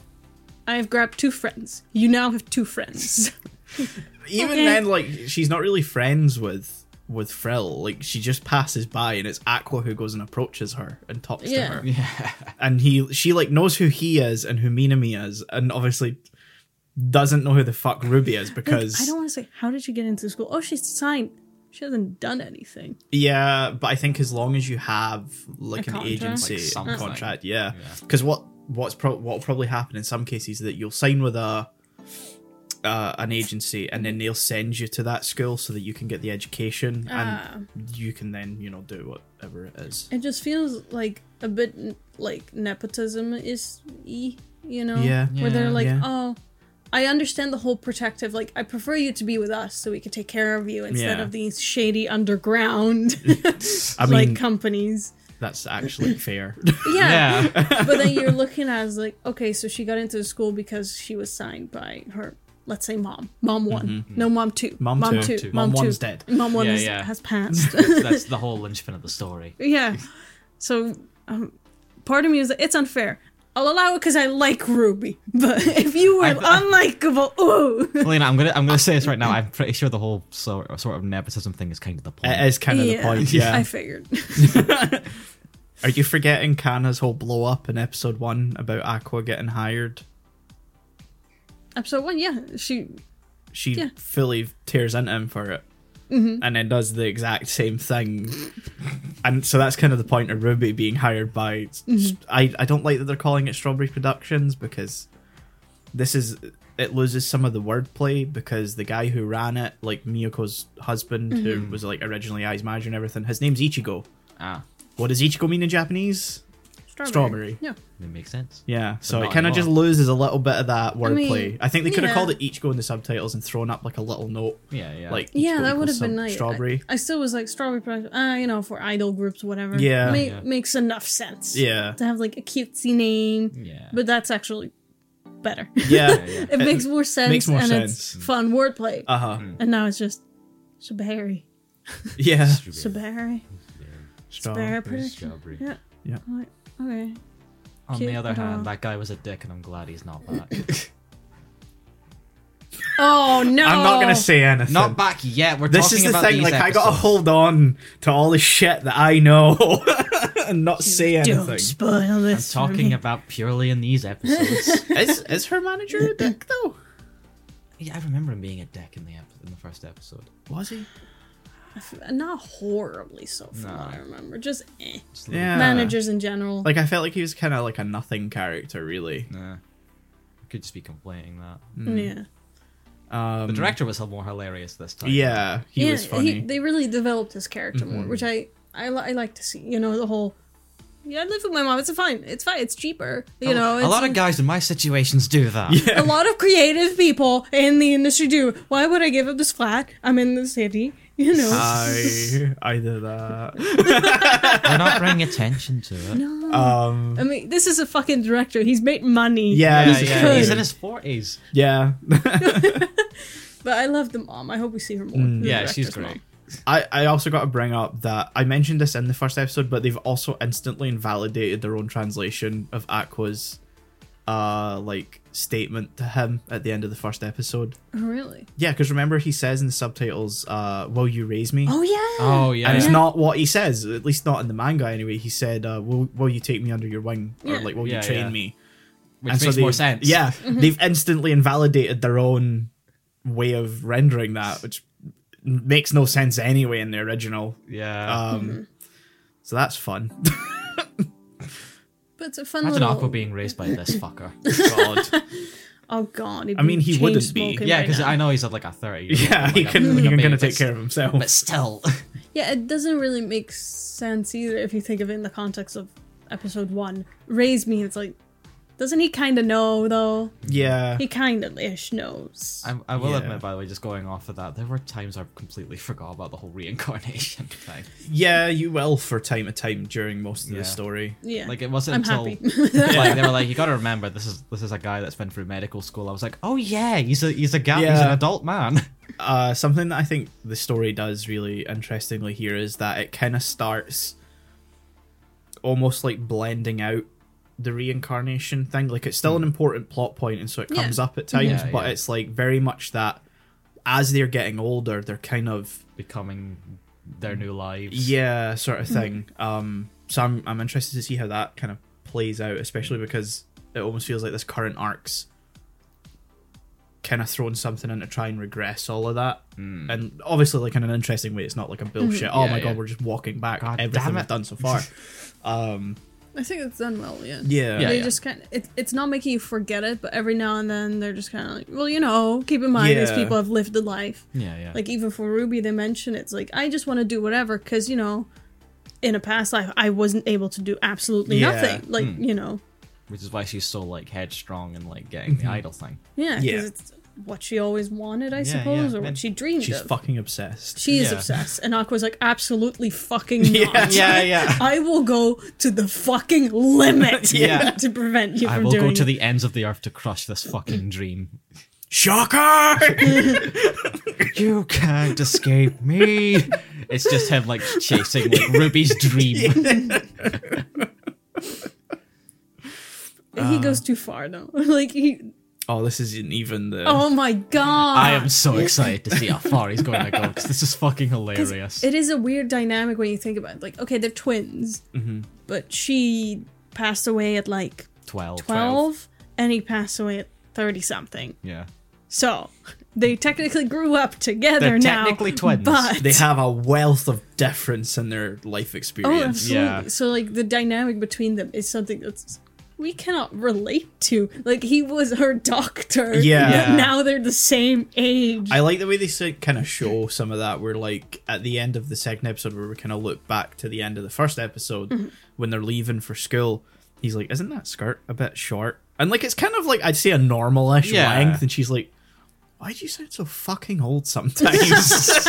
Speaker 3: I've grabbed two friends. You now have two friends.
Speaker 1: Even
Speaker 3: Okay.
Speaker 1: then, like she's not really friends with with Frill. Like she just passes by, and it's Aqua who goes and approaches her and talks
Speaker 3: Yeah.
Speaker 1: to her.
Speaker 2: yeah.
Speaker 1: And he, she like knows who he is and who Minami is, and obviously doesn't know who the fuck Ruby is because
Speaker 3: I don't want to say how did she get into school. Oh, she's signed. She hasn't done anything.
Speaker 1: Yeah, but I think as long as you have like
Speaker 3: A
Speaker 1: an
Speaker 3: contract?
Speaker 1: agency
Speaker 2: Like
Speaker 1: a
Speaker 2: something.
Speaker 1: contract, yeah,
Speaker 2: Yeah.
Speaker 1: because what what's pro- what will probably happen in some cases is that you'll sign with a uh, an agency, and then they'll send you to that school so that you can get the education,
Speaker 3: Ah.
Speaker 1: and you can then you know do whatever it is.
Speaker 3: It just feels like a bit like nepotism is e, you know?
Speaker 1: Yeah.
Speaker 3: Where they're
Speaker 2: Yeah.
Speaker 3: like,
Speaker 1: Yeah.
Speaker 3: oh, I understand the whole protective. Like, I prefer you to be with us so we can take care of you instead
Speaker 1: Yeah.
Speaker 3: of these shady underground
Speaker 1: I mean,
Speaker 3: like companies.
Speaker 1: that's actually fair.
Speaker 3: Yeah.
Speaker 2: yeah.
Speaker 3: but then you're looking at it as like, okay, so she got into the school because she was signed by her, let's say, mom. Mom one, no, mom two,
Speaker 1: Mom two.
Speaker 3: two,
Speaker 1: Mom
Speaker 3: mom two.
Speaker 1: one's dead.
Speaker 3: Mom one
Speaker 2: Mm-hmm. Yeah,
Speaker 3: is,
Speaker 2: yeah.
Speaker 3: has passed.
Speaker 2: That's the whole linchpin of the story.
Speaker 3: Yeah. So, um, part of me is like, it's unfair. I'll allow it because I like Ruby, but if you were
Speaker 2: I- I-
Speaker 3: unlikable, ooh.
Speaker 2: Lena, I'm gonna I'm gonna say this right now. I'm pretty sure the whole sort sort of nepotism thing is kind of the point.
Speaker 1: it is kind of the point. Yeah.
Speaker 3: I figured.
Speaker 1: Are you forgetting Kana's whole blow up in episode one about Aqua getting hired?
Speaker 3: Episode one, yeah, she
Speaker 1: She
Speaker 3: Yeah.
Speaker 1: fully tears into him for it, and then does the exact same thing. and so that's kind of the point of Ruby being hired by. I I don't like that they're calling it Strawberry Productions because this is it loses some of the wordplay because the guy who ran it, like Miyoko's husband, who was like originally Eyes Manager and everything, his name's Ichigo.
Speaker 2: ah,
Speaker 1: What does Ichigo mean in Japanese?
Speaker 3: strawberry.
Speaker 1: Strawberry.
Speaker 3: Yeah,
Speaker 2: it makes sense.
Speaker 1: Yeah, so
Speaker 2: not
Speaker 1: it kind of
Speaker 2: anymore.
Speaker 1: just loses a little bit of that wordplay. I,
Speaker 3: mean,
Speaker 1: think they could have
Speaker 3: yeah.
Speaker 1: called it each go in the subtitles and thrown up like a little note,
Speaker 2: Yeah, yeah.
Speaker 1: like each
Speaker 3: yeah,
Speaker 1: go
Speaker 3: that would
Speaker 1: equals
Speaker 3: have been
Speaker 1: some-
Speaker 3: nice. I-
Speaker 1: Strawberry.
Speaker 3: I, still was like strawberry production. Uh, you know, for idol groups, whatever.
Speaker 1: Yeah.
Speaker 3: Ma-
Speaker 2: Yeah.
Speaker 3: makes enough sense.
Speaker 1: yeah,
Speaker 3: to have like a cutesy name,
Speaker 2: yeah.
Speaker 3: but that's actually better.
Speaker 1: yeah,
Speaker 2: yeah.
Speaker 3: it makes more sense
Speaker 1: makes more
Speaker 3: and
Speaker 1: sense.
Speaker 3: it's fun wordplay.
Speaker 1: uh huh,
Speaker 3: and now it's just Shabari.
Speaker 1: yeah.
Speaker 3: Shabari. Shabari
Speaker 1: Strawberry.
Speaker 3: production.
Speaker 2: Strawberry.
Speaker 3: Yeah.
Speaker 1: Yeah.
Speaker 3: I'm like, okay. uh-huh.
Speaker 2: On
Speaker 3: Cute
Speaker 2: the other
Speaker 3: dog.
Speaker 2: hand, that guy was a dick, and I'm glad he's not back.
Speaker 3: Oh no!
Speaker 1: I'm not gonna say anything.
Speaker 2: not back yet. We're
Speaker 1: this
Speaker 2: talking
Speaker 1: is the
Speaker 2: about
Speaker 1: thing.
Speaker 2: these
Speaker 1: Like I gotta
Speaker 2: episodes.
Speaker 1: hold on to all the shit that I know and not say
Speaker 3: Don't
Speaker 1: anything.
Speaker 3: spoil
Speaker 2: I'm
Speaker 3: this. for
Speaker 2: talking
Speaker 3: me.
Speaker 2: about purely in these episodes.
Speaker 1: is is her manager a dick though?
Speaker 2: yeah, I remember him being a dick in the ep- in the first episode.
Speaker 1: Was he?
Speaker 3: not horribly so from
Speaker 2: No.
Speaker 3: what I remember. Just eh.
Speaker 2: Just a little-
Speaker 1: Yeah.
Speaker 3: managers in general.
Speaker 1: Uh, Like I felt like he was kind of like a nothing character, really.
Speaker 2: Nah. Could just be complaining that
Speaker 3: Mm. yeah,
Speaker 1: Um,
Speaker 2: the director was more hilarious this time.
Speaker 1: Yeah, he
Speaker 3: yeah.
Speaker 1: was funny. Mm-hmm.
Speaker 3: they really developed his character more, which I I, li- I like to see. You know the whole. Yeah, I live with my mom. It's fine. It's fine. It's cheaper.
Speaker 1: Oh,
Speaker 3: You know,
Speaker 2: a
Speaker 3: it's-
Speaker 2: lot of guys in my situations do that.
Speaker 3: a lot of creative people in the industry do. Why would I give up this flat? I'm in the city. You know.
Speaker 1: Uh, I either that.
Speaker 2: They're not bringing attention to it.
Speaker 1: Um,
Speaker 3: I mean, this is a fucking director. He's made money.
Speaker 1: Yeah,
Speaker 2: Yeah,
Speaker 1: this is
Speaker 2: yeah,
Speaker 1: true.
Speaker 2: He's in his forties.
Speaker 1: yeah.
Speaker 3: But I love the mom. I hope we see her more.
Speaker 1: Mm.
Speaker 3: The
Speaker 2: Yeah, she's
Speaker 3: director's mom.
Speaker 2: great.
Speaker 1: I, I also got to bring up that I mentioned this in the first episode, but they've also instantly invalidated their own translation of Aqua's uh like statement to him at the end of the first episode.
Speaker 3: Oh, really?
Speaker 1: Yeah, because remember he says in the subtitles, uh, "Will you raise me?"
Speaker 3: Oh, yeah.
Speaker 2: Oh yeah.
Speaker 1: And it's
Speaker 3: Yeah.
Speaker 1: not what he says, at least not in the manga anyway. He said, uh, will, will you take me under your wing? Or,
Speaker 3: Yeah.
Speaker 1: like, will
Speaker 2: Yeah,
Speaker 1: you train
Speaker 2: yeah.
Speaker 1: me?
Speaker 2: Which
Speaker 1: And so
Speaker 2: makes more
Speaker 1: they've-
Speaker 2: sense.
Speaker 1: Yeah, they've instantly invalidated their own way of rendering that, which n- makes no sense anyway in the original.
Speaker 2: Yeah.
Speaker 1: Um, So that's fun.
Speaker 3: But it's a fun
Speaker 2: Imagine
Speaker 3: little.
Speaker 2: Aqua being raised by this fucker.
Speaker 1: God.
Speaker 3: Oh, God. he'd
Speaker 1: I mean,
Speaker 3: be
Speaker 1: he wouldn't
Speaker 3: chain
Speaker 1: be.
Speaker 3: smoking
Speaker 2: yeah,
Speaker 3: right
Speaker 2: because
Speaker 3: now.
Speaker 2: I know he's at like a thirty. year old,
Speaker 1: Yeah,
Speaker 2: like
Speaker 1: he
Speaker 2: a-
Speaker 1: can.
Speaker 2: like a
Speaker 1: he can
Speaker 2: babe,
Speaker 1: kind of
Speaker 2: but
Speaker 1: take
Speaker 2: s-
Speaker 1: care of himself.
Speaker 2: But still,
Speaker 3: Yeah, it doesn't really make sense either if you think of it in the context of episode one. Raise me. It's like. Doesn't he kind of know, though?
Speaker 1: yeah,
Speaker 3: He kind of ish knows.
Speaker 2: I, I will
Speaker 1: Yeah.
Speaker 2: admit, by the way, just going off of that, there were times I completely forgot about the whole reincarnation thing.
Speaker 1: yeah, you will for time to time during most of
Speaker 2: Yeah.
Speaker 1: the story.
Speaker 3: yeah.
Speaker 2: Like it wasn't
Speaker 3: I'm
Speaker 2: until
Speaker 3: happy.
Speaker 2: like they were like, you got to remember this is this is a guy that's been through medical school. I was like, oh yeah, he's a he's a guy, he's an
Speaker 1: Yeah.
Speaker 2: adult man.
Speaker 1: uh, something that I think the story does really interestingly here is that it kind of starts almost like blending out the reincarnation thing. Like it's still an important plot point, and so it
Speaker 3: Yeah.
Speaker 1: comes up at times,
Speaker 2: Hmm. Yeah,
Speaker 1: but
Speaker 2: yeah.
Speaker 1: it's like very much that as they're getting older, they're kind of
Speaker 2: Becoming their new lives.
Speaker 1: yeah sort of thing.
Speaker 2: Mm.
Speaker 1: Um, so I'm I'm interested to see how that kind of plays out, especially because it almost feels like this current arc's kind of thrown something in to try and regress all of that
Speaker 2: Mm. Mm-hmm.
Speaker 1: and obviously like in an interesting way it's not like a bullshit oh
Speaker 2: Yeah,
Speaker 1: my god
Speaker 2: yeah.
Speaker 1: we're just walking back
Speaker 2: God
Speaker 1: everything
Speaker 2: damn
Speaker 1: we've
Speaker 2: it.
Speaker 1: done so far um
Speaker 3: I think it's done well. Yeah.
Speaker 1: Yeah.
Speaker 2: Yeah.
Speaker 3: they just kind of it, it's not making you forget it but every now and then they're just kind of like well you know keep in mind these
Speaker 1: Yeah.
Speaker 3: people have lived a life
Speaker 2: Yeah, yeah.
Speaker 3: like even for ruby they mention it's like i just want to do whatever because you know in a past life i wasn't able to do absolutely
Speaker 1: Yeah.
Speaker 3: nothing like
Speaker 2: Hmm.
Speaker 3: you know
Speaker 2: which is why she's so like headstrong and like getting the idol thing.
Speaker 3: yeah because
Speaker 1: Yeah.
Speaker 3: it's what she always wanted i
Speaker 2: yeah.
Speaker 3: suppose or
Speaker 2: Man,
Speaker 3: what she dreamed
Speaker 1: She's
Speaker 3: of
Speaker 1: fucking obsessed.
Speaker 3: she is
Speaker 2: Yeah.
Speaker 3: obsessed and aqua's like absolutely fucking
Speaker 1: Yeah.
Speaker 3: not
Speaker 2: Yeah, yeah.
Speaker 3: i will go to the fucking limit
Speaker 2: Yeah.
Speaker 3: to prevent you
Speaker 2: I
Speaker 3: from
Speaker 2: will
Speaker 3: doing
Speaker 2: go to
Speaker 3: it.
Speaker 2: the ends of the earth to crush this fucking dream.
Speaker 1: Shocker!
Speaker 2: You can't escape me. it's just him like chasing like Ruby's dream. uh,
Speaker 3: he goes too far though like he
Speaker 1: oh, this isn't even the.
Speaker 3: Oh my god!
Speaker 2: I am so excited to see how far he's going to go because this is fucking hilarious.
Speaker 3: It is a weird dynamic when you think about it. Like, okay, they're twins,
Speaker 2: Mm-hmm.
Speaker 3: but she passed away at like
Speaker 2: 12.
Speaker 3: 12, and he passed away at 30 something.
Speaker 2: Yeah.
Speaker 3: So they technically grew up together
Speaker 2: They're
Speaker 3: now.
Speaker 2: technically twins.
Speaker 3: But.
Speaker 1: They have a wealth of difference in their life
Speaker 3: oh,
Speaker 1: experience.
Speaker 3: absolutely.
Speaker 2: Yeah.
Speaker 3: So, like, the dynamic between them is something that's. We cannot relate to. Like, he was her doctor.
Speaker 1: Yeah.
Speaker 3: But
Speaker 2: Yeah.
Speaker 3: now they're the same age.
Speaker 1: I like the way they kind of show some of that. Where like at the end of the second episode, where we kind of look back to the end of the first episode
Speaker 3: Mm-hmm.
Speaker 1: when they're leaving for school, he's like, "Isn't that skirt a bit short?" And like it's kind of like I'd say a normalish
Speaker 2: Yeah.
Speaker 1: length, and she's like, "Why do you sound so fucking old sometimes?"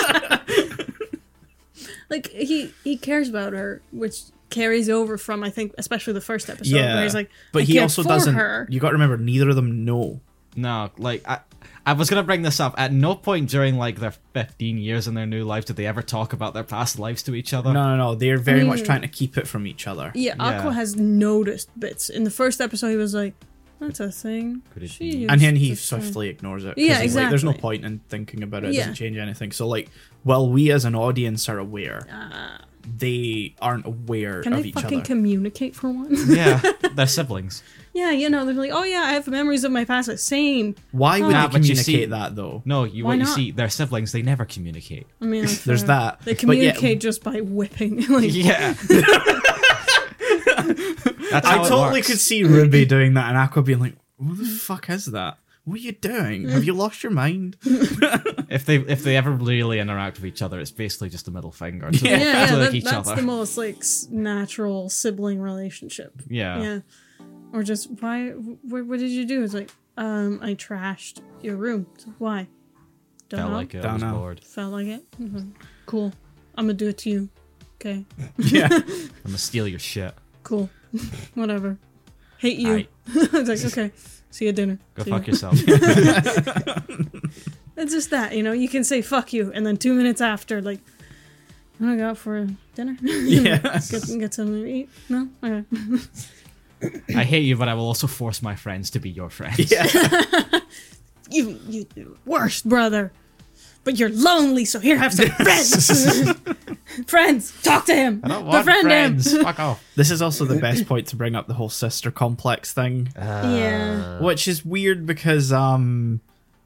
Speaker 3: like he he cares about her which carries over from i think especially the first episode where he's like
Speaker 1: but
Speaker 3: I
Speaker 1: he
Speaker 3: care
Speaker 1: also
Speaker 3: for
Speaker 1: doesn't.
Speaker 3: her.
Speaker 1: You got to remember, neither of them know.
Speaker 2: No, like, I, I was going to bring this up. At no point during, like, their 15 years in their new life did they ever talk about their past lives to each other.
Speaker 1: No, no, no. They're very much
Speaker 3: Mm.
Speaker 1: trying to keep it from each other.
Speaker 3: yeah aqua
Speaker 2: Yeah.
Speaker 3: has noticed bits in the first episode he was like that's a thing
Speaker 2: Could it
Speaker 3: She
Speaker 2: be?
Speaker 3: used
Speaker 1: and then he
Speaker 3: to say."
Speaker 1: swiftly ignores it. 'cause
Speaker 3: Yeah,
Speaker 1: he's Like, There's no
Speaker 3: exactly.
Speaker 1: point in thinking about it. It
Speaker 3: Yeah.
Speaker 1: doesn't change anything. So, like, while we as an audience are aware, they aren't aware
Speaker 3: can
Speaker 1: of
Speaker 3: they
Speaker 1: each
Speaker 3: fucking
Speaker 1: other.
Speaker 3: communicate for once
Speaker 2: Yeah, they're siblings.
Speaker 3: yeah you know they're like oh yeah i have memories of my past like, same
Speaker 1: Why would
Speaker 2: Nah,
Speaker 1: they
Speaker 2: but you
Speaker 1: communicate
Speaker 2: see-
Speaker 1: that though?
Speaker 2: No, you,
Speaker 3: Why
Speaker 2: what you
Speaker 3: not?
Speaker 2: see, they're siblings. They never communicate.
Speaker 3: i mean
Speaker 1: There's that.
Speaker 3: they
Speaker 1: But yeah,
Speaker 3: communicate just by whipping like
Speaker 2: Yeah. That's
Speaker 1: I
Speaker 2: how it
Speaker 1: totally
Speaker 2: works.
Speaker 1: could see Ruby doing that and Aqua being like, "What the fuck is that? What are you doing? Have you lost your mind?"
Speaker 2: If they if they ever really interact with each other, it's basically just a middle finger to,
Speaker 3: yeah,
Speaker 1: Yeah.
Speaker 3: yeah,
Speaker 2: to, like,
Speaker 3: that-
Speaker 2: each
Speaker 3: that's
Speaker 2: other.
Speaker 3: the most like s- natural sibling relationship
Speaker 2: yeah.
Speaker 3: yeah or just why wh- wh- what did you do it's like um i trashed your room It's like, why don't
Speaker 2: Felt
Speaker 3: know
Speaker 2: like it. I
Speaker 1: Don't
Speaker 2: was
Speaker 1: know.
Speaker 2: bored.
Speaker 3: felt like it hmm cool i'm gonna do it to you okay
Speaker 1: yeah,
Speaker 2: I'm gonna steal your shit.
Speaker 3: cool whatever hate you
Speaker 2: Aight.
Speaker 3: it's like okay see you at dinner
Speaker 2: Go
Speaker 3: See
Speaker 2: fuck
Speaker 3: ya.
Speaker 2: yourself.
Speaker 3: it's just that you know you can say fuck you and then two minutes after like i'm gonna go out for dinner
Speaker 1: yeah.
Speaker 3: get, get something to eat no okay
Speaker 2: I hate you, but I will also force my friends to be your friends.
Speaker 1: Yeah.
Speaker 3: you you the worst brother. But you're lonely, so here have some friends. friends, talk to him.
Speaker 2: I don't want
Speaker 3: um,
Speaker 2: friends. Fuck off.
Speaker 1: This is also the best point to bring up the whole sister complex thing.
Speaker 2: Uh,
Speaker 3: Yeah.
Speaker 1: which is weird because um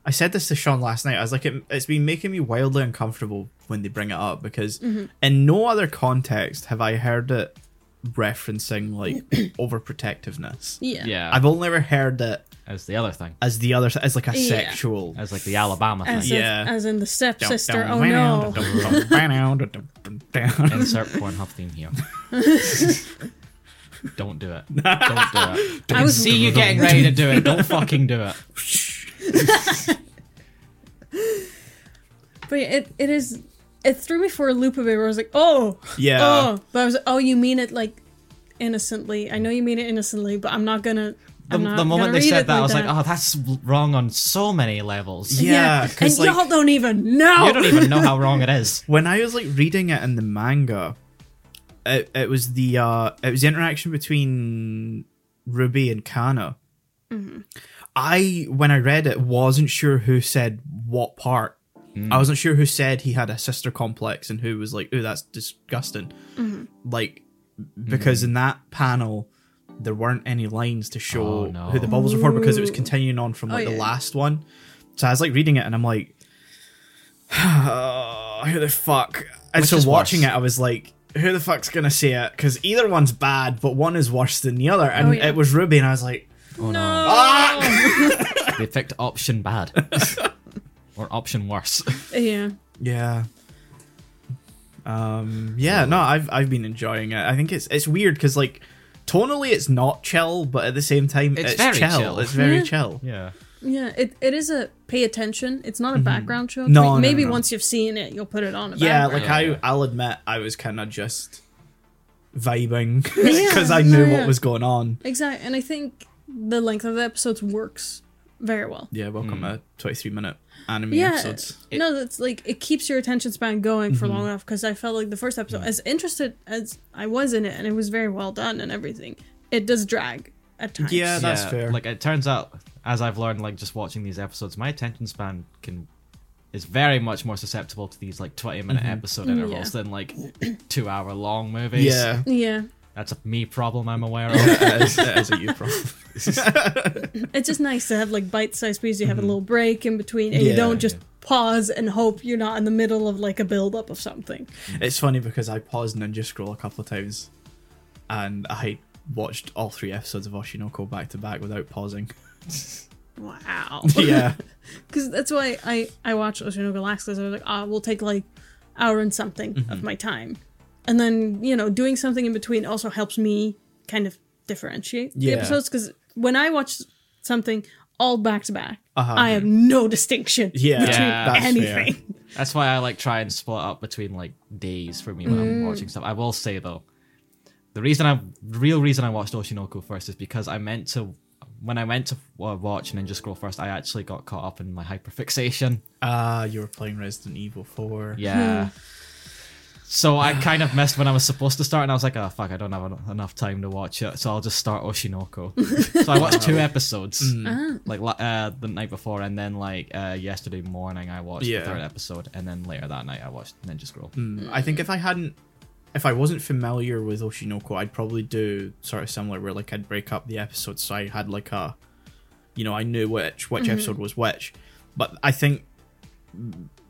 Speaker 1: I said this to Sean last night. I was like, it, it's been making me wildly uncomfortable when they bring it up because
Speaker 3: Mm-hmm.
Speaker 1: in no other context have I heard it referencing like overprotectiveness.
Speaker 3: Yeah.
Speaker 2: Yeah.
Speaker 1: I've only ever heard it
Speaker 2: As the other thing.
Speaker 1: as the other as like a
Speaker 3: Yeah.
Speaker 1: sexual.
Speaker 2: As like the Alabama thing.
Speaker 3: As,
Speaker 1: Yeah.
Speaker 3: as in the
Speaker 1: Dum,
Speaker 3: stepsister.
Speaker 1: dum,
Speaker 3: Oh
Speaker 1: wow, dum,
Speaker 3: no.
Speaker 1: dum, wow, dum, dum, dum, dum.
Speaker 2: Insert Pornhub theme here. don't do it. Don't do it.
Speaker 3: I was
Speaker 2: See you getting ready to do it. Don't fucking do it.
Speaker 3: but it it is it threw me for a loop a bit where I was like, oh,
Speaker 1: Yeah.
Speaker 3: oh. But I was like, oh, you mean it like innocently. I know you mean it innocently, but I'm not gonna
Speaker 2: The,
Speaker 3: I'm not
Speaker 2: the moment
Speaker 3: gonna
Speaker 2: they
Speaker 3: read
Speaker 2: said
Speaker 3: it
Speaker 2: that, I was like, oh, that's wrong on so many levels.
Speaker 1: Yeah,
Speaker 3: And
Speaker 1: 'cause, like-
Speaker 3: y'all don't even know.
Speaker 2: You don't even know how wrong it is.
Speaker 1: when I was like reading it in the manga, it, it was the uh it was the interaction between Ruby and Kana.
Speaker 3: Mm-hmm.
Speaker 1: I when I read it wasn't sure who said what part.
Speaker 2: Hmm.
Speaker 1: I wasn't sure who said he had a sister complex and who was like, "Oh, that's disgusting."
Speaker 3: Mm-hmm.
Speaker 1: Like because
Speaker 2: Hmm.
Speaker 1: in that panel there weren't any lines to show
Speaker 2: Oh, no.
Speaker 1: who the bubbles were for because it was continuing on from
Speaker 3: Oh,
Speaker 1: like the
Speaker 3: yeah.
Speaker 1: last one. So I was like reading it and I'm like, oh, who the fuck? And
Speaker 2: Which
Speaker 1: so
Speaker 2: is
Speaker 1: watching
Speaker 2: worse?
Speaker 1: it, I was like, who the fuck's gonna say it? Because either one's bad, but one is worse than the other. And
Speaker 3: Oh, yeah.
Speaker 1: it was Ruby, and I was like,
Speaker 2: Oh
Speaker 3: No.
Speaker 2: no.
Speaker 1: Ah!
Speaker 2: They picked option bad. or option worse.
Speaker 3: yeah.
Speaker 1: yeah. Um, yeah, no, I've I've been enjoying it. I think it's it's weird because like tonally it's not chill, but at the same time
Speaker 2: It's
Speaker 1: it's,
Speaker 2: very
Speaker 1: chill.
Speaker 2: chill.
Speaker 1: It's very
Speaker 3: Yeah.
Speaker 1: chill.
Speaker 2: Yeah.
Speaker 3: Yeah, it, it is a pay attention. It's not a background show.
Speaker 1: Mm-hmm. No,
Speaker 3: Like,
Speaker 1: no,
Speaker 3: maybe
Speaker 1: no, no.
Speaker 3: once you've seen it, you'll put it on. A
Speaker 1: Yeah,
Speaker 3: background.
Speaker 1: like
Speaker 2: Yeah,
Speaker 1: I
Speaker 2: yeah.
Speaker 1: I'll admit I was kind of just vibing because I knew
Speaker 3: yeah, yeah.
Speaker 1: what was going on.
Speaker 3: exactly. And I think the length of the episodes works very well.
Speaker 1: Yeah, welcome to twenty three minute anime
Speaker 3: Yeah,
Speaker 1: episodes. Mm-hmm.
Speaker 2: It-
Speaker 3: no, that's like it keeps your attention span going for long enough. Because I felt like the first episode,
Speaker 1: Mm.
Speaker 3: as interested as I was in it, and it was very well done and everything, it does drag at times.
Speaker 1: Yeah, that's fair.
Speaker 2: Like it turns out, as I've learned, like just watching these episodes, my attention span can is very much more susceptible to these like twenty minute episode intervals than like two hour long movies.
Speaker 1: Yeah,
Speaker 3: yeah.
Speaker 2: that's a me problem I'm aware of.
Speaker 1: that is, that is a you problem.
Speaker 3: It's just nice to have like bite-sized pieces. You have a little break in between, and
Speaker 1: Mm-hmm. Yeah,
Speaker 3: you don't just
Speaker 2: yeah.
Speaker 3: pause and hope you're not in the middle of like a build-up of something.
Speaker 1: It's funny because I paused Ninja Scroll a couple of times, and I watched all three episodes of Oshinoko back to back without pausing.
Speaker 3: Wow.
Speaker 1: yeah,
Speaker 3: because that's why I I watched Oceanoko last because I was like, ah, we'll take like hour and something of my time, and then you know doing something in between also helps me kind of differentiate
Speaker 1: Yeah.
Speaker 3: the episodes because when I watch something all back to back,
Speaker 1: Uh-huh.
Speaker 3: I have no distinction
Speaker 1: yeah,
Speaker 3: between
Speaker 2: Yeah. that's
Speaker 3: anything.
Speaker 2: That's why I like try and split up between like days for me when I'm watching stuff. I will say though, the reason I the real reason I watched Oshinoko first is because I meant to when I went to uh, watch Ninja Scroll first, I actually got caught up in my hyperfixation.
Speaker 1: Ah, you were playing Resident Evil Four.
Speaker 2: Yeah. So I kind of missed when I was supposed to start, and I was like, "Oh fuck, I don't have en- enough time to watch it." So I'll just start Oshinoko. so I watched two episodes, like la- uh, the night before, and then like uh, yesterday morning I watched
Speaker 1: Yeah.
Speaker 2: the third episode, and then later that night I watched Ninja Scroll.
Speaker 1: Mm, I think if I hadn't, if I wasn't familiar with Oshinoko, I'd probably do sort of similar, where like I'd break up the episodes, so I had like a, you know, I knew which which episode was which. But I think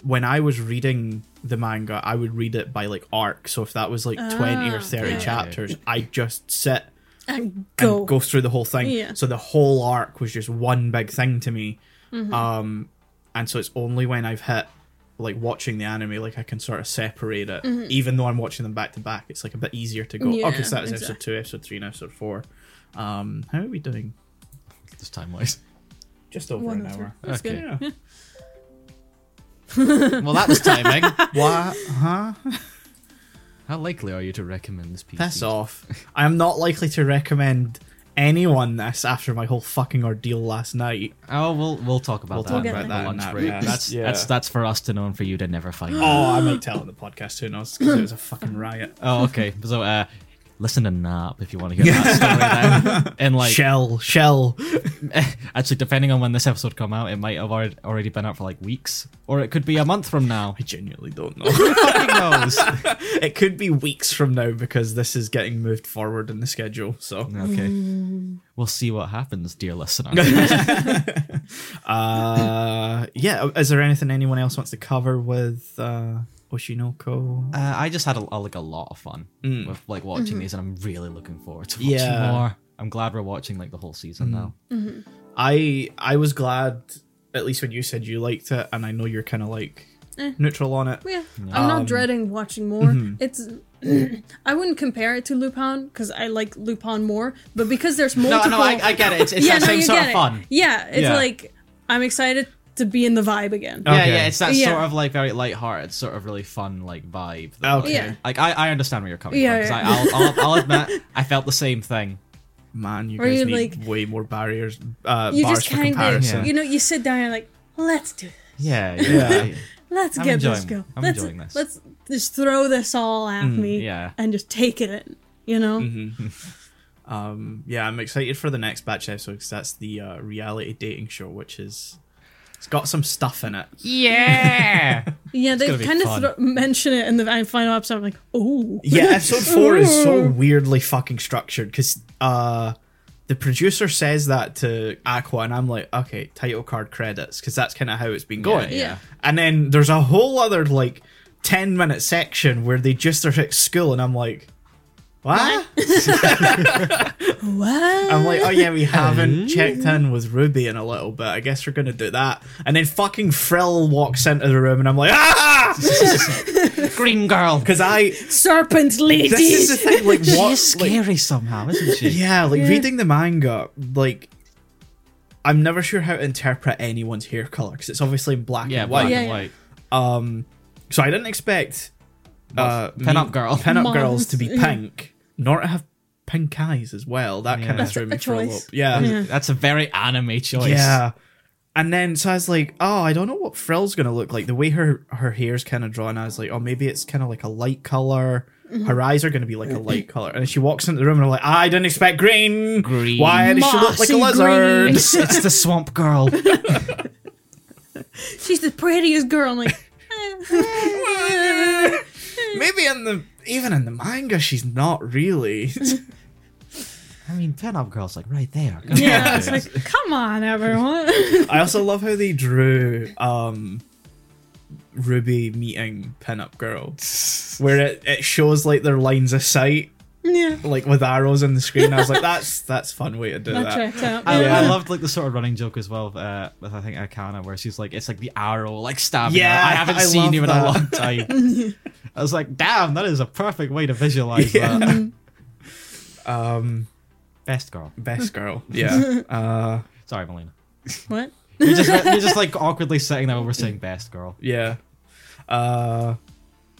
Speaker 1: when I was reading the manga, I would read it by like arc. So if that was like twenty or
Speaker 3: Ah,
Speaker 1: thirty
Speaker 3: yeah.
Speaker 1: chapters, I'd just sit
Speaker 3: And
Speaker 1: and
Speaker 3: go.
Speaker 1: go through the whole thing.
Speaker 3: Yeah.
Speaker 1: So the whole arc was just one big thing to me.
Speaker 3: Mm-hmm.
Speaker 1: Um, and so it's only when I've hit like watching the anime, like I can sort of separate it. Even though I'm watching them back to back, it's like a bit easier to go.
Speaker 3: Mm-hmm. Yeah,
Speaker 1: okay, so that was episode
Speaker 3: exact-
Speaker 1: two, episode three, and episode four. Um, how are we doing?
Speaker 2: Just time wise.
Speaker 1: Just over
Speaker 3: One
Speaker 1: an
Speaker 3: or two.
Speaker 1: hour.
Speaker 3: That's
Speaker 2: Okay.
Speaker 3: good.
Speaker 1: Yeah.
Speaker 2: well, that was timing.
Speaker 1: what? Huh?
Speaker 2: How likely are you to recommend this piece?
Speaker 1: Piss off! I am not likely to recommend anyone this after my whole fucking ordeal last night.
Speaker 2: Oh, we'll we'll talk about
Speaker 1: We'll
Speaker 2: that.
Speaker 1: talk
Speaker 2: in
Speaker 3: about
Speaker 2: the
Speaker 1: that in
Speaker 2: lunch
Speaker 1: that-
Speaker 2: break.
Speaker 1: yeah.
Speaker 2: That's
Speaker 1: Yeah.
Speaker 2: that's that's for us to know and for you to never find. out.
Speaker 1: Oh, I might tell on the podcast. Who knows? Because it was a fucking riot.
Speaker 2: Oh, okay. So, uh, listen to Nap if you want to hear that story. Then. And like,
Speaker 1: shell, shell.
Speaker 2: actually, depending on when this episode come out, it might have already, already been out for like weeks, or it could be a month from now.
Speaker 1: I genuinely don't know.
Speaker 2: Who knows?
Speaker 1: it could be weeks from now because this is getting moved forward in the schedule. So,
Speaker 2: Okay. We'll see what happens, dear listener.
Speaker 1: uh, yeah, is there anything anyone else wants to cover with uh, Oshinoko?
Speaker 2: Uh, I just had a, a- like a lot of fun
Speaker 1: Mm.
Speaker 2: with like watching
Speaker 3: Mm-hmm.
Speaker 2: these, and I'm really looking forward to watching
Speaker 1: Yeah.
Speaker 2: more. I'm glad we're watching like the whole season now.
Speaker 1: I I was glad, at least when you said you liked it, and I know you're kind of like
Speaker 3: Eh.
Speaker 1: neutral on it.
Speaker 3: Yeah, I'm not dreading watching more. It's I wouldn't compare it to Lupin because I like Lupin more, but because there's multiple.
Speaker 2: get it. It's, it's
Speaker 3: you get it. Yeah, it's
Speaker 2: Yeah.
Speaker 3: like I'm excited to be in the vibe again.
Speaker 1: Oh.
Speaker 2: Yeah,
Speaker 1: Okay.
Speaker 2: yeah, it's that
Speaker 3: Yeah.
Speaker 2: sort of like very lighthearted, sort of really fun like vibe. that,
Speaker 1: Okay.
Speaker 2: like-
Speaker 3: Yeah.
Speaker 2: Like I, I understand where you're coming
Speaker 3: Yeah,
Speaker 2: from
Speaker 3: yeah.
Speaker 2: because I'll, I'll, I'll admit I felt the same thing.
Speaker 1: Man, you
Speaker 3: Or
Speaker 1: guys
Speaker 3: you,
Speaker 1: need
Speaker 3: like-
Speaker 1: way more barriers, uh,
Speaker 3: you
Speaker 1: bars
Speaker 3: just
Speaker 1: for
Speaker 3: kind
Speaker 1: comparison.
Speaker 2: Yeah.
Speaker 3: of, you know, you sit down and like, let's do, this.
Speaker 2: Yeah, yeah, yeah.
Speaker 3: let's
Speaker 2: I'm
Speaker 3: get this
Speaker 2: enjoying-
Speaker 3: go,
Speaker 2: I'm
Speaker 3: let's
Speaker 2: enjoying this.
Speaker 3: let's just throw this all at me,
Speaker 2: yeah.
Speaker 3: and just take it in, you know.
Speaker 1: Um, yeah, I'm excited for the next batch episode because that's the uh, reality dating show, which is it's got some stuff in it.
Speaker 3: Yeah, they
Speaker 2: gonna be
Speaker 3: kind
Speaker 2: fun.
Speaker 3: of thro- mention it in the final episode. I'm like, oh,
Speaker 1: Yeah, episode four is so weirdly fucking structured because uh, the producer says that to Aqua, and I'm like, okay, title card credits, because that's kind of how it's been going.
Speaker 2: yeah.
Speaker 1: And then there's a whole other like ten minute section where they just are at school, and I'm like, what?
Speaker 3: What?
Speaker 1: I'm like, oh yeah, we haven't checked in with Ruby in a little bit. I guess we're gonna do that. And then fucking Frill walks into the room, and I'm like, ah,
Speaker 2: Green girl.
Speaker 1: because I.
Speaker 3: Serpent lady.
Speaker 1: This is the thing, like
Speaker 2: She
Speaker 1: what?
Speaker 2: is
Speaker 1: like-
Speaker 2: scary somehow, isn't she?
Speaker 1: yeah, like reading the manga, like. I'm never sure how to interpret anyone's hair color because it's obviously black
Speaker 2: Yeah,
Speaker 1: and white.
Speaker 2: black
Speaker 3: Yeah,
Speaker 2: and
Speaker 3: yeah.
Speaker 2: white.
Speaker 1: Um, so I didn't expect uh,
Speaker 2: Mm. Pin-up girl.
Speaker 1: pin up
Speaker 3: Moms,
Speaker 1: girls to be
Speaker 3: yeah.
Speaker 1: pink, nor to have pink eyes as well. That kind of
Speaker 2: That's
Speaker 1: threw
Speaker 3: a
Speaker 1: me for a
Speaker 3: choice.
Speaker 1: loop. Yeah. yeah,
Speaker 2: That's a very anime choice.
Speaker 1: And then so I was like, oh, I don't know what Frill's gonna look like. The way her her hair's kind of drawn, I was like, oh, maybe it's kind of like a light color.
Speaker 3: Mm-hmm.
Speaker 1: Her eyes are gonna be
Speaker 3: Uh,
Speaker 1: like a light color. And she walks into the room, and I'm like, I didn't expect green.
Speaker 2: Green.
Speaker 1: Why does she look like
Speaker 3: Mossy
Speaker 1: a lizard?
Speaker 3: green.
Speaker 2: It's, it's the swamp girl.
Speaker 3: She's the prettiest girl. I'm like, "Eh,
Speaker 1: maybe in the even in the manga, she's not really.
Speaker 2: I mean, pin-up girl's like right there.
Speaker 3: yeah. It's like, come on, everyone.
Speaker 1: I also love how they drew um Ruby meeting pinup girl. Where it, it shows like their lines of sight,
Speaker 3: yeah.
Speaker 1: like with arrows on the screen. I was like, that's that's a fun way to do
Speaker 3: That
Speaker 1: that.
Speaker 3: checked out.
Speaker 2: I,
Speaker 1: Yeah.
Speaker 2: I loved like the sort of running joke as well uh, with I think Akana where she's like it's like the arrow like stabbing. her.
Speaker 1: Yeah,
Speaker 2: I haven't
Speaker 1: I
Speaker 2: seen
Speaker 1: love
Speaker 2: you in
Speaker 1: that.
Speaker 2: a long time. I was like, damn, that is a perfect way to visualize
Speaker 1: Yeah.
Speaker 2: that.
Speaker 3: Mm-hmm.
Speaker 1: Um
Speaker 2: Best girl.
Speaker 1: best girl. Yeah. Uh
Speaker 2: Sorry, Melina.
Speaker 3: what?
Speaker 2: You're just, you're just like awkwardly sitting there while we're saying best girl.
Speaker 1: yeah. Uh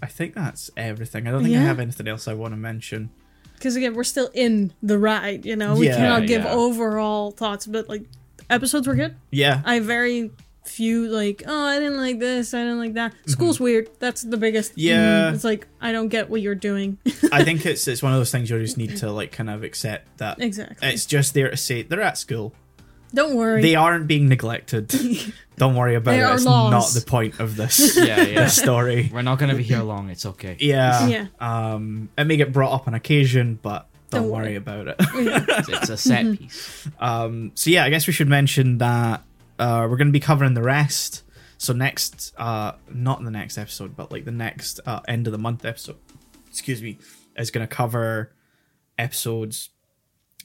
Speaker 1: I think that's everything. I don't think I
Speaker 3: Yeah.
Speaker 1: have anything else I want to mention.
Speaker 3: Because again, we're still in the ride. You know, we
Speaker 1: Yeah,
Speaker 3: cannot give
Speaker 2: yeah.
Speaker 3: overall thoughts, but like episodes were good.
Speaker 1: Yeah.
Speaker 3: I have very few like, oh, I didn't like this. I didn't like that. School's weird. That's the biggest.
Speaker 1: Mm-hmm. Yeah.
Speaker 3: mm, It's like I don't get what you're doing.
Speaker 1: I think it's it's one of those things you just need to like kind of accept that
Speaker 3: exactly.
Speaker 1: it's just there to say they're at school.
Speaker 3: don't worry.
Speaker 1: They aren't being neglected. Don't worry about
Speaker 3: There
Speaker 1: it.
Speaker 3: are
Speaker 1: It's
Speaker 3: laws.
Speaker 1: not the point of this
Speaker 2: Yeah, yeah.
Speaker 1: story.
Speaker 2: we're not gonna be here long. It's okay.
Speaker 1: Yeah.
Speaker 3: Yeah.
Speaker 1: Um, it may get brought up on occasion, but don't,
Speaker 3: Don't
Speaker 1: worry.
Speaker 3: worry.
Speaker 1: about it.
Speaker 2: It's, it's a set piece.
Speaker 1: um, so yeah, I guess we should mention that uh, we're going to be covering the rest. So next, uh, not the next episode, but like the next uh, end of the month episode. Excuse me, is going to cover episodes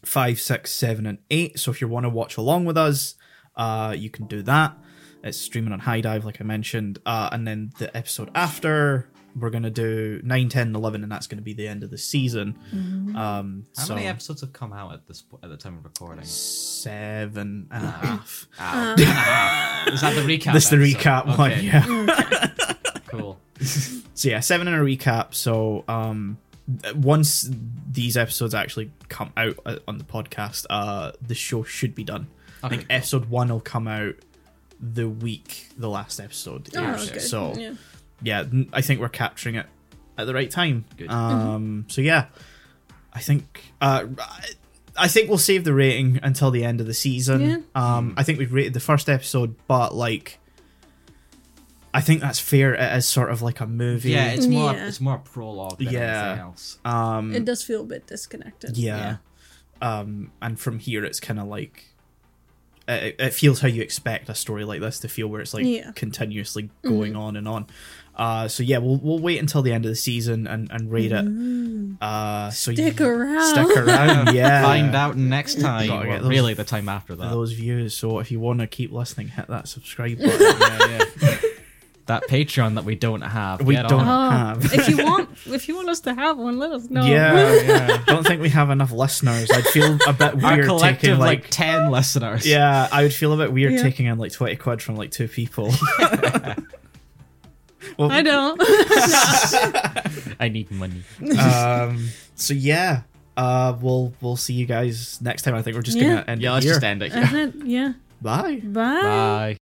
Speaker 1: five, six, seven, and eight. So if you want to watch along with us, uh, you can do that. It's streaming on High Dive, like I mentioned. Uh, and then the episode after, we're going to do 9, 10, and 11, and that's going to be the end of the season. Um,
Speaker 2: How
Speaker 1: so
Speaker 2: many episodes have come out at this po- at the time of recording?
Speaker 1: seven and a half.
Speaker 2: Ah, is that the recap?
Speaker 1: That's the
Speaker 2: episode?
Speaker 1: recap one,
Speaker 2: Okay,
Speaker 1: yeah.
Speaker 2: Cool.
Speaker 1: So yeah, seven and a recap. So um, th- once these episodes actually come out uh, on the podcast, uh, the show should be done. I
Speaker 2: Okay,
Speaker 1: think episode one will come out the week the last episode.
Speaker 3: Oh,
Speaker 1: airs.
Speaker 3: okay.
Speaker 1: So
Speaker 3: Yeah.
Speaker 1: yeah, n- I think we're capturing it at the right time.
Speaker 2: Good.
Speaker 1: Um, so yeah, I think uh, I- I think we'll save the rating until the end of the season. Um, I think we've rated the first episode, but like, I think that's fair. It is sort of like a movie.
Speaker 2: Yeah, it's more
Speaker 3: Yeah.
Speaker 2: it's more prologue than
Speaker 1: Yeah.
Speaker 2: anything else.
Speaker 1: um,
Speaker 3: it does feel a bit disconnected.
Speaker 1: yeah. Um, and from here, it's kind of like. It, it feels how you expect a story like this to feel, where it's like
Speaker 3: Yeah. Mm-hmm.
Speaker 1: continuously going on and on. Uh, so yeah, we'll we'll wait until the end of the season and and rate it. Uh, so
Speaker 3: Mm. Stick
Speaker 1: you,
Speaker 3: around.
Speaker 1: stick around, yeah.
Speaker 2: Um, Find out next time.
Speaker 1: Gotta get
Speaker 2: or
Speaker 1: those-
Speaker 2: really, the time after that.
Speaker 1: those views. So if you want to keep listening, hit that subscribe button.
Speaker 2: Yeah, yeah. that Patreon that we don't have.
Speaker 1: we
Speaker 2: get
Speaker 1: don't
Speaker 2: On.
Speaker 3: Oh,
Speaker 1: have.
Speaker 3: if you want, if you want us to have one, let us know.
Speaker 1: Yeah, yeah. Don't think we have enough listeners. I'd feel a bit
Speaker 2: Our
Speaker 1: weird taking
Speaker 2: collective, like,
Speaker 1: like.
Speaker 2: ten listeners.
Speaker 1: yeah, I would feel a bit weird
Speaker 3: Yeah.
Speaker 1: taking in like twenty quid from like two people. well,
Speaker 3: I don't.
Speaker 2: I need money.
Speaker 1: um, so yeah, uh, we'll we'll see you guys next time. I think we're just
Speaker 3: Yeah.
Speaker 1: gonna end.
Speaker 2: Yeah,
Speaker 1: it
Speaker 2: let's
Speaker 1: here.
Speaker 2: just end it. here.
Speaker 3: yeah.
Speaker 1: Bye.
Speaker 3: Bye.
Speaker 2: Bye.